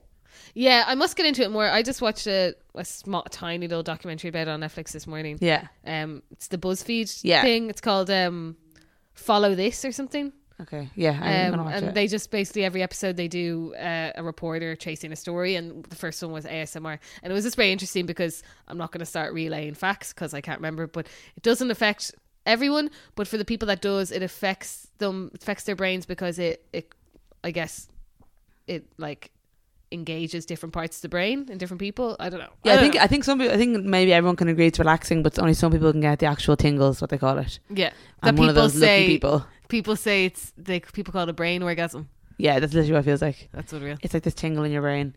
Speaker 1: yeah, I must get into it more. I just watched a, a small, tiny little documentary about it on Netflix this morning.
Speaker 2: Yeah.
Speaker 1: Um, it's the BuzzFeed
Speaker 2: Yeah.
Speaker 1: thing. It's called um, "Follow This" or something.
Speaker 2: Okay. Yeah. I'm
Speaker 1: Um,
Speaker 2: gonna watch
Speaker 1: and
Speaker 2: it.
Speaker 1: they just basically every episode they do uh, a reporter chasing a story, and the first one was ASMR, and it was just very interesting because I'm not going to start relaying facts because I can't remember, but it doesn't affect everyone, but for the people that does, it affects them, it affects their brains because it, it, I guess, it like engages different parts of the brain in different people. I don't know.
Speaker 2: yeah, I
Speaker 1: don't
Speaker 2: think
Speaker 1: know.
Speaker 2: I think some people, I think maybe everyone can agree it's relaxing, but only some people can get the actual tingles, what they call it.
Speaker 1: yeah,
Speaker 2: I'm
Speaker 1: that
Speaker 2: one of
Speaker 1: people
Speaker 2: those
Speaker 1: say
Speaker 2: lucky people.
Speaker 1: people say it's they people call it a brain orgasm.
Speaker 2: Yeah, that's literally what it feels like.
Speaker 1: That's unreal.
Speaker 2: It's like this tingle in your brain,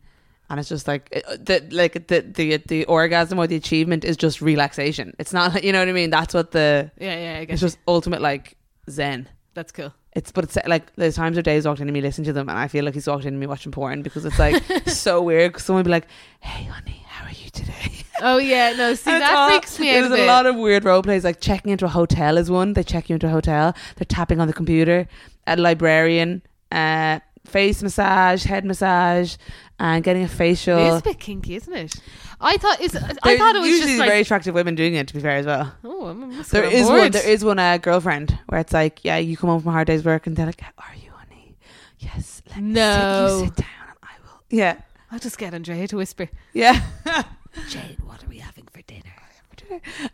Speaker 2: and it's just like it- the like the the the orgasm or the achievement is just relaxation. It's not like you know what I mean. That's what the
Speaker 1: Yeah, yeah, I
Speaker 2: it's
Speaker 1: guess
Speaker 2: just ultimate like zen.
Speaker 1: that's cool.
Speaker 2: It's but it's uh, like there's times of days walked into me listening to them, and I feel like he's walked into me watching porn because it's
Speaker 1: <laughs>
Speaker 2: like so weird. Because someone would be like, "Hey, honey, how are you today?"
Speaker 1: Oh yeah, no. See,
Speaker 2: And it's
Speaker 1: that
Speaker 2: all-
Speaker 1: freaks me out.
Speaker 2: There's
Speaker 1: a
Speaker 2: a
Speaker 1: bit.
Speaker 2: lot of weird role plays, like checking into a hotel is one. They check you into a hotel. They're tapping on the computer. A librarian, uh, face massage, head massage, and getting a facial.
Speaker 1: It is a bit kinky, isn't it? I thought is I
Speaker 2: They're
Speaker 1: thought it was
Speaker 2: usually
Speaker 1: just like
Speaker 2: very attractive women doing it. To be fair, as well.
Speaker 1: oh, I'm must
Speaker 2: There
Speaker 1: get on
Speaker 2: is
Speaker 1: board.
Speaker 2: one. There is one uh, girlfriend where it's like, yeah, you come home from a hard day's work, and they're like, how are you, honey? Yes. Let me
Speaker 1: No.
Speaker 2: Sit, you sit down, and I will. Yeah.
Speaker 1: I'll just get Andrea to whisper,
Speaker 2: Yeah. <laughs>
Speaker 1: Jane, what are we having for dinner?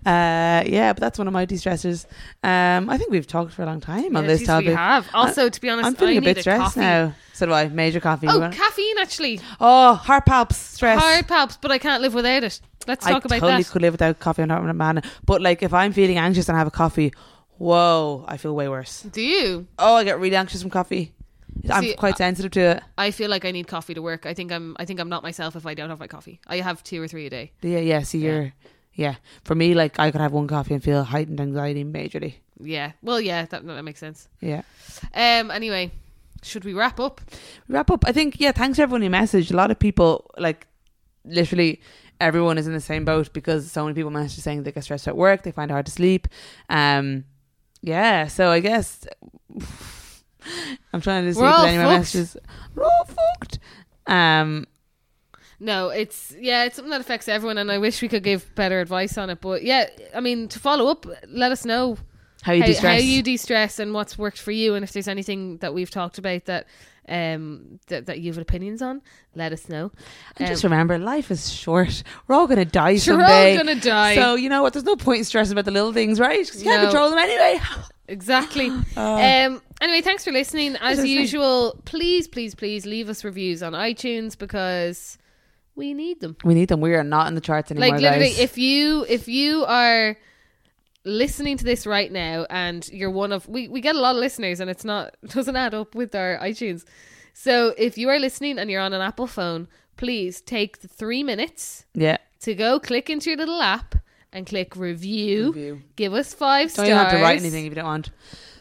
Speaker 2: Uh, yeah, but that's one of my de-stressors. Um, I think we've talked for a long time on
Speaker 1: Yeah,
Speaker 2: this
Speaker 1: geez,
Speaker 2: topic.
Speaker 1: We have. Also, to be honest,
Speaker 2: I'm feeling
Speaker 1: I
Speaker 2: a
Speaker 1: need
Speaker 2: bit stressed
Speaker 1: coffee.
Speaker 2: now. So do I. Major coffee. You
Speaker 1: Oh,
Speaker 2: want-
Speaker 1: caffeine actually.
Speaker 2: oh heart palps, stress.
Speaker 1: Hard palps, but I can't live without it. Let's
Speaker 2: I
Speaker 1: talk about
Speaker 2: totally
Speaker 1: that.
Speaker 2: could live without coffee. I'm not a man. But like, if I'm feeling anxious and I have a coffee, whoa, I feel way worse.
Speaker 1: Do you?
Speaker 2: Oh, I get really anxious from coffee. I'm
Speaker 1: See, uh,
Speaker 2: quite sensitive to it.
Speaker 1: I feel like I need coffee to work. I think I'm. I think I'm not myself if I don't have my coffee. I have two or three a day.
Speaker 2: Yeah, yeah. See,
Speaker 1: Yeah.
Speaker 2: you're. Yeah, for me, like I could have one coffee and feel heightened anxiety majorly.
Speaker 1: Yeah. Well, yeah. That, that makes sense.
Speaker 2: Yeah.
Speaker 1: Um. Anyway, Should we wrap up?
Speaker 2: wrap up. I think yeah, thanks to everyone who messaged. A lot of people like literally everyone is in the same boat because so many people messaged saying they get stressed at work, they find it hard to sleep. Um yeah, so I guess I'm trying to see
Speaker 1: We're
Speaker 2: if
Speaker 1: all
Speaker 2: anyone
Speaker 1: fucked.
Speaker 2: messages. We're all fucked. Um
Speaker 1: No, it's yeah, it's something that affects everyone, and I wish we could give better advice on it. But yeah, I mean, to follow up, let us know
Speaker 2: how you
Speaker 1: how,
Speaker 2: de stress.
Speaker 1: how you de-stress and what's worked for you, and if there's anything that we've talked about that um that, that you have opinions on, let us know.
Speaker 2: and
Speaker 1: Um,
Speaker 2: just remember, life is short. We're all gonna die
Speaker 1: sure, we're
Speaker 2: someday.
Speaker 1: all gonna die.
Speaker 2: So you know what? There's no point in stressing about the little things, right? 'Cause you can't
Speaker 1: No.
Speaker 2: control them anyway. <laughs>
Speaker 1: Exactly.
Speaker 2: <sighs> Uh,
Speaker 1: Um, anyway, thanks for listening. As
Speaker 2: Interesting.
Speaker 1: usual, please, please, please leave us reviews on iTunes because we need them.
Speaker 2: we need them. We are not in the charts anymore.
Speaker 1: Like literally,
Speaker 2: guys.
Speaker 1: if you if you are listening to this right now and you're one of we, we get a lot of listeners and it's not <laughs> it doesn't add up with our iTunes. So if you are listening and you're on an Apple phone, please take the three minutes
Speaker 2: yeah.
Speaker 1: to go click into your little app and click review.
Speaker 2: Review.
Speaker 1: Give us five
Speaker 2: Don't
Speaker 1: stars.
Speaker 2: even have to write anything if you don't want.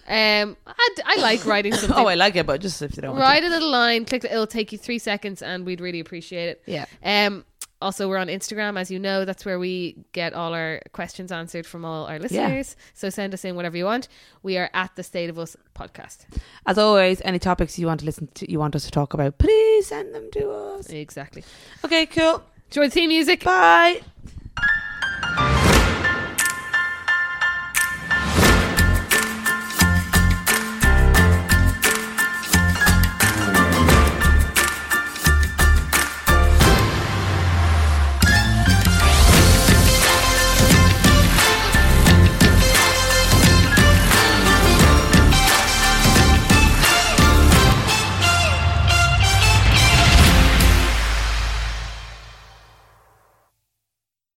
Speaker 1: Um, I, I like writing
Speaker 2: <laughs>
Speaker 1: something.
Speaker 2: Oh, I like it, but just if you don't want
Speaker 1: Write a little line, click the, it'll take you three seconds, and we'd really appreciate it.
Speaker 2: to. Yeah.
Speaker 1: Um, also, we're on Instagram, as you know. That's where we get all our questions answered from all our listeners. So send us in whatever you want. We are at the State of Us podcast.
Speaker 2: As always, any topics you want to listen to, you want us to talk about, please send them to us.
Speaker 1: Exactly.
Speaker 2: Okay, cool.
Speaker 1: Join the theme music.
Speaker 2: Bye.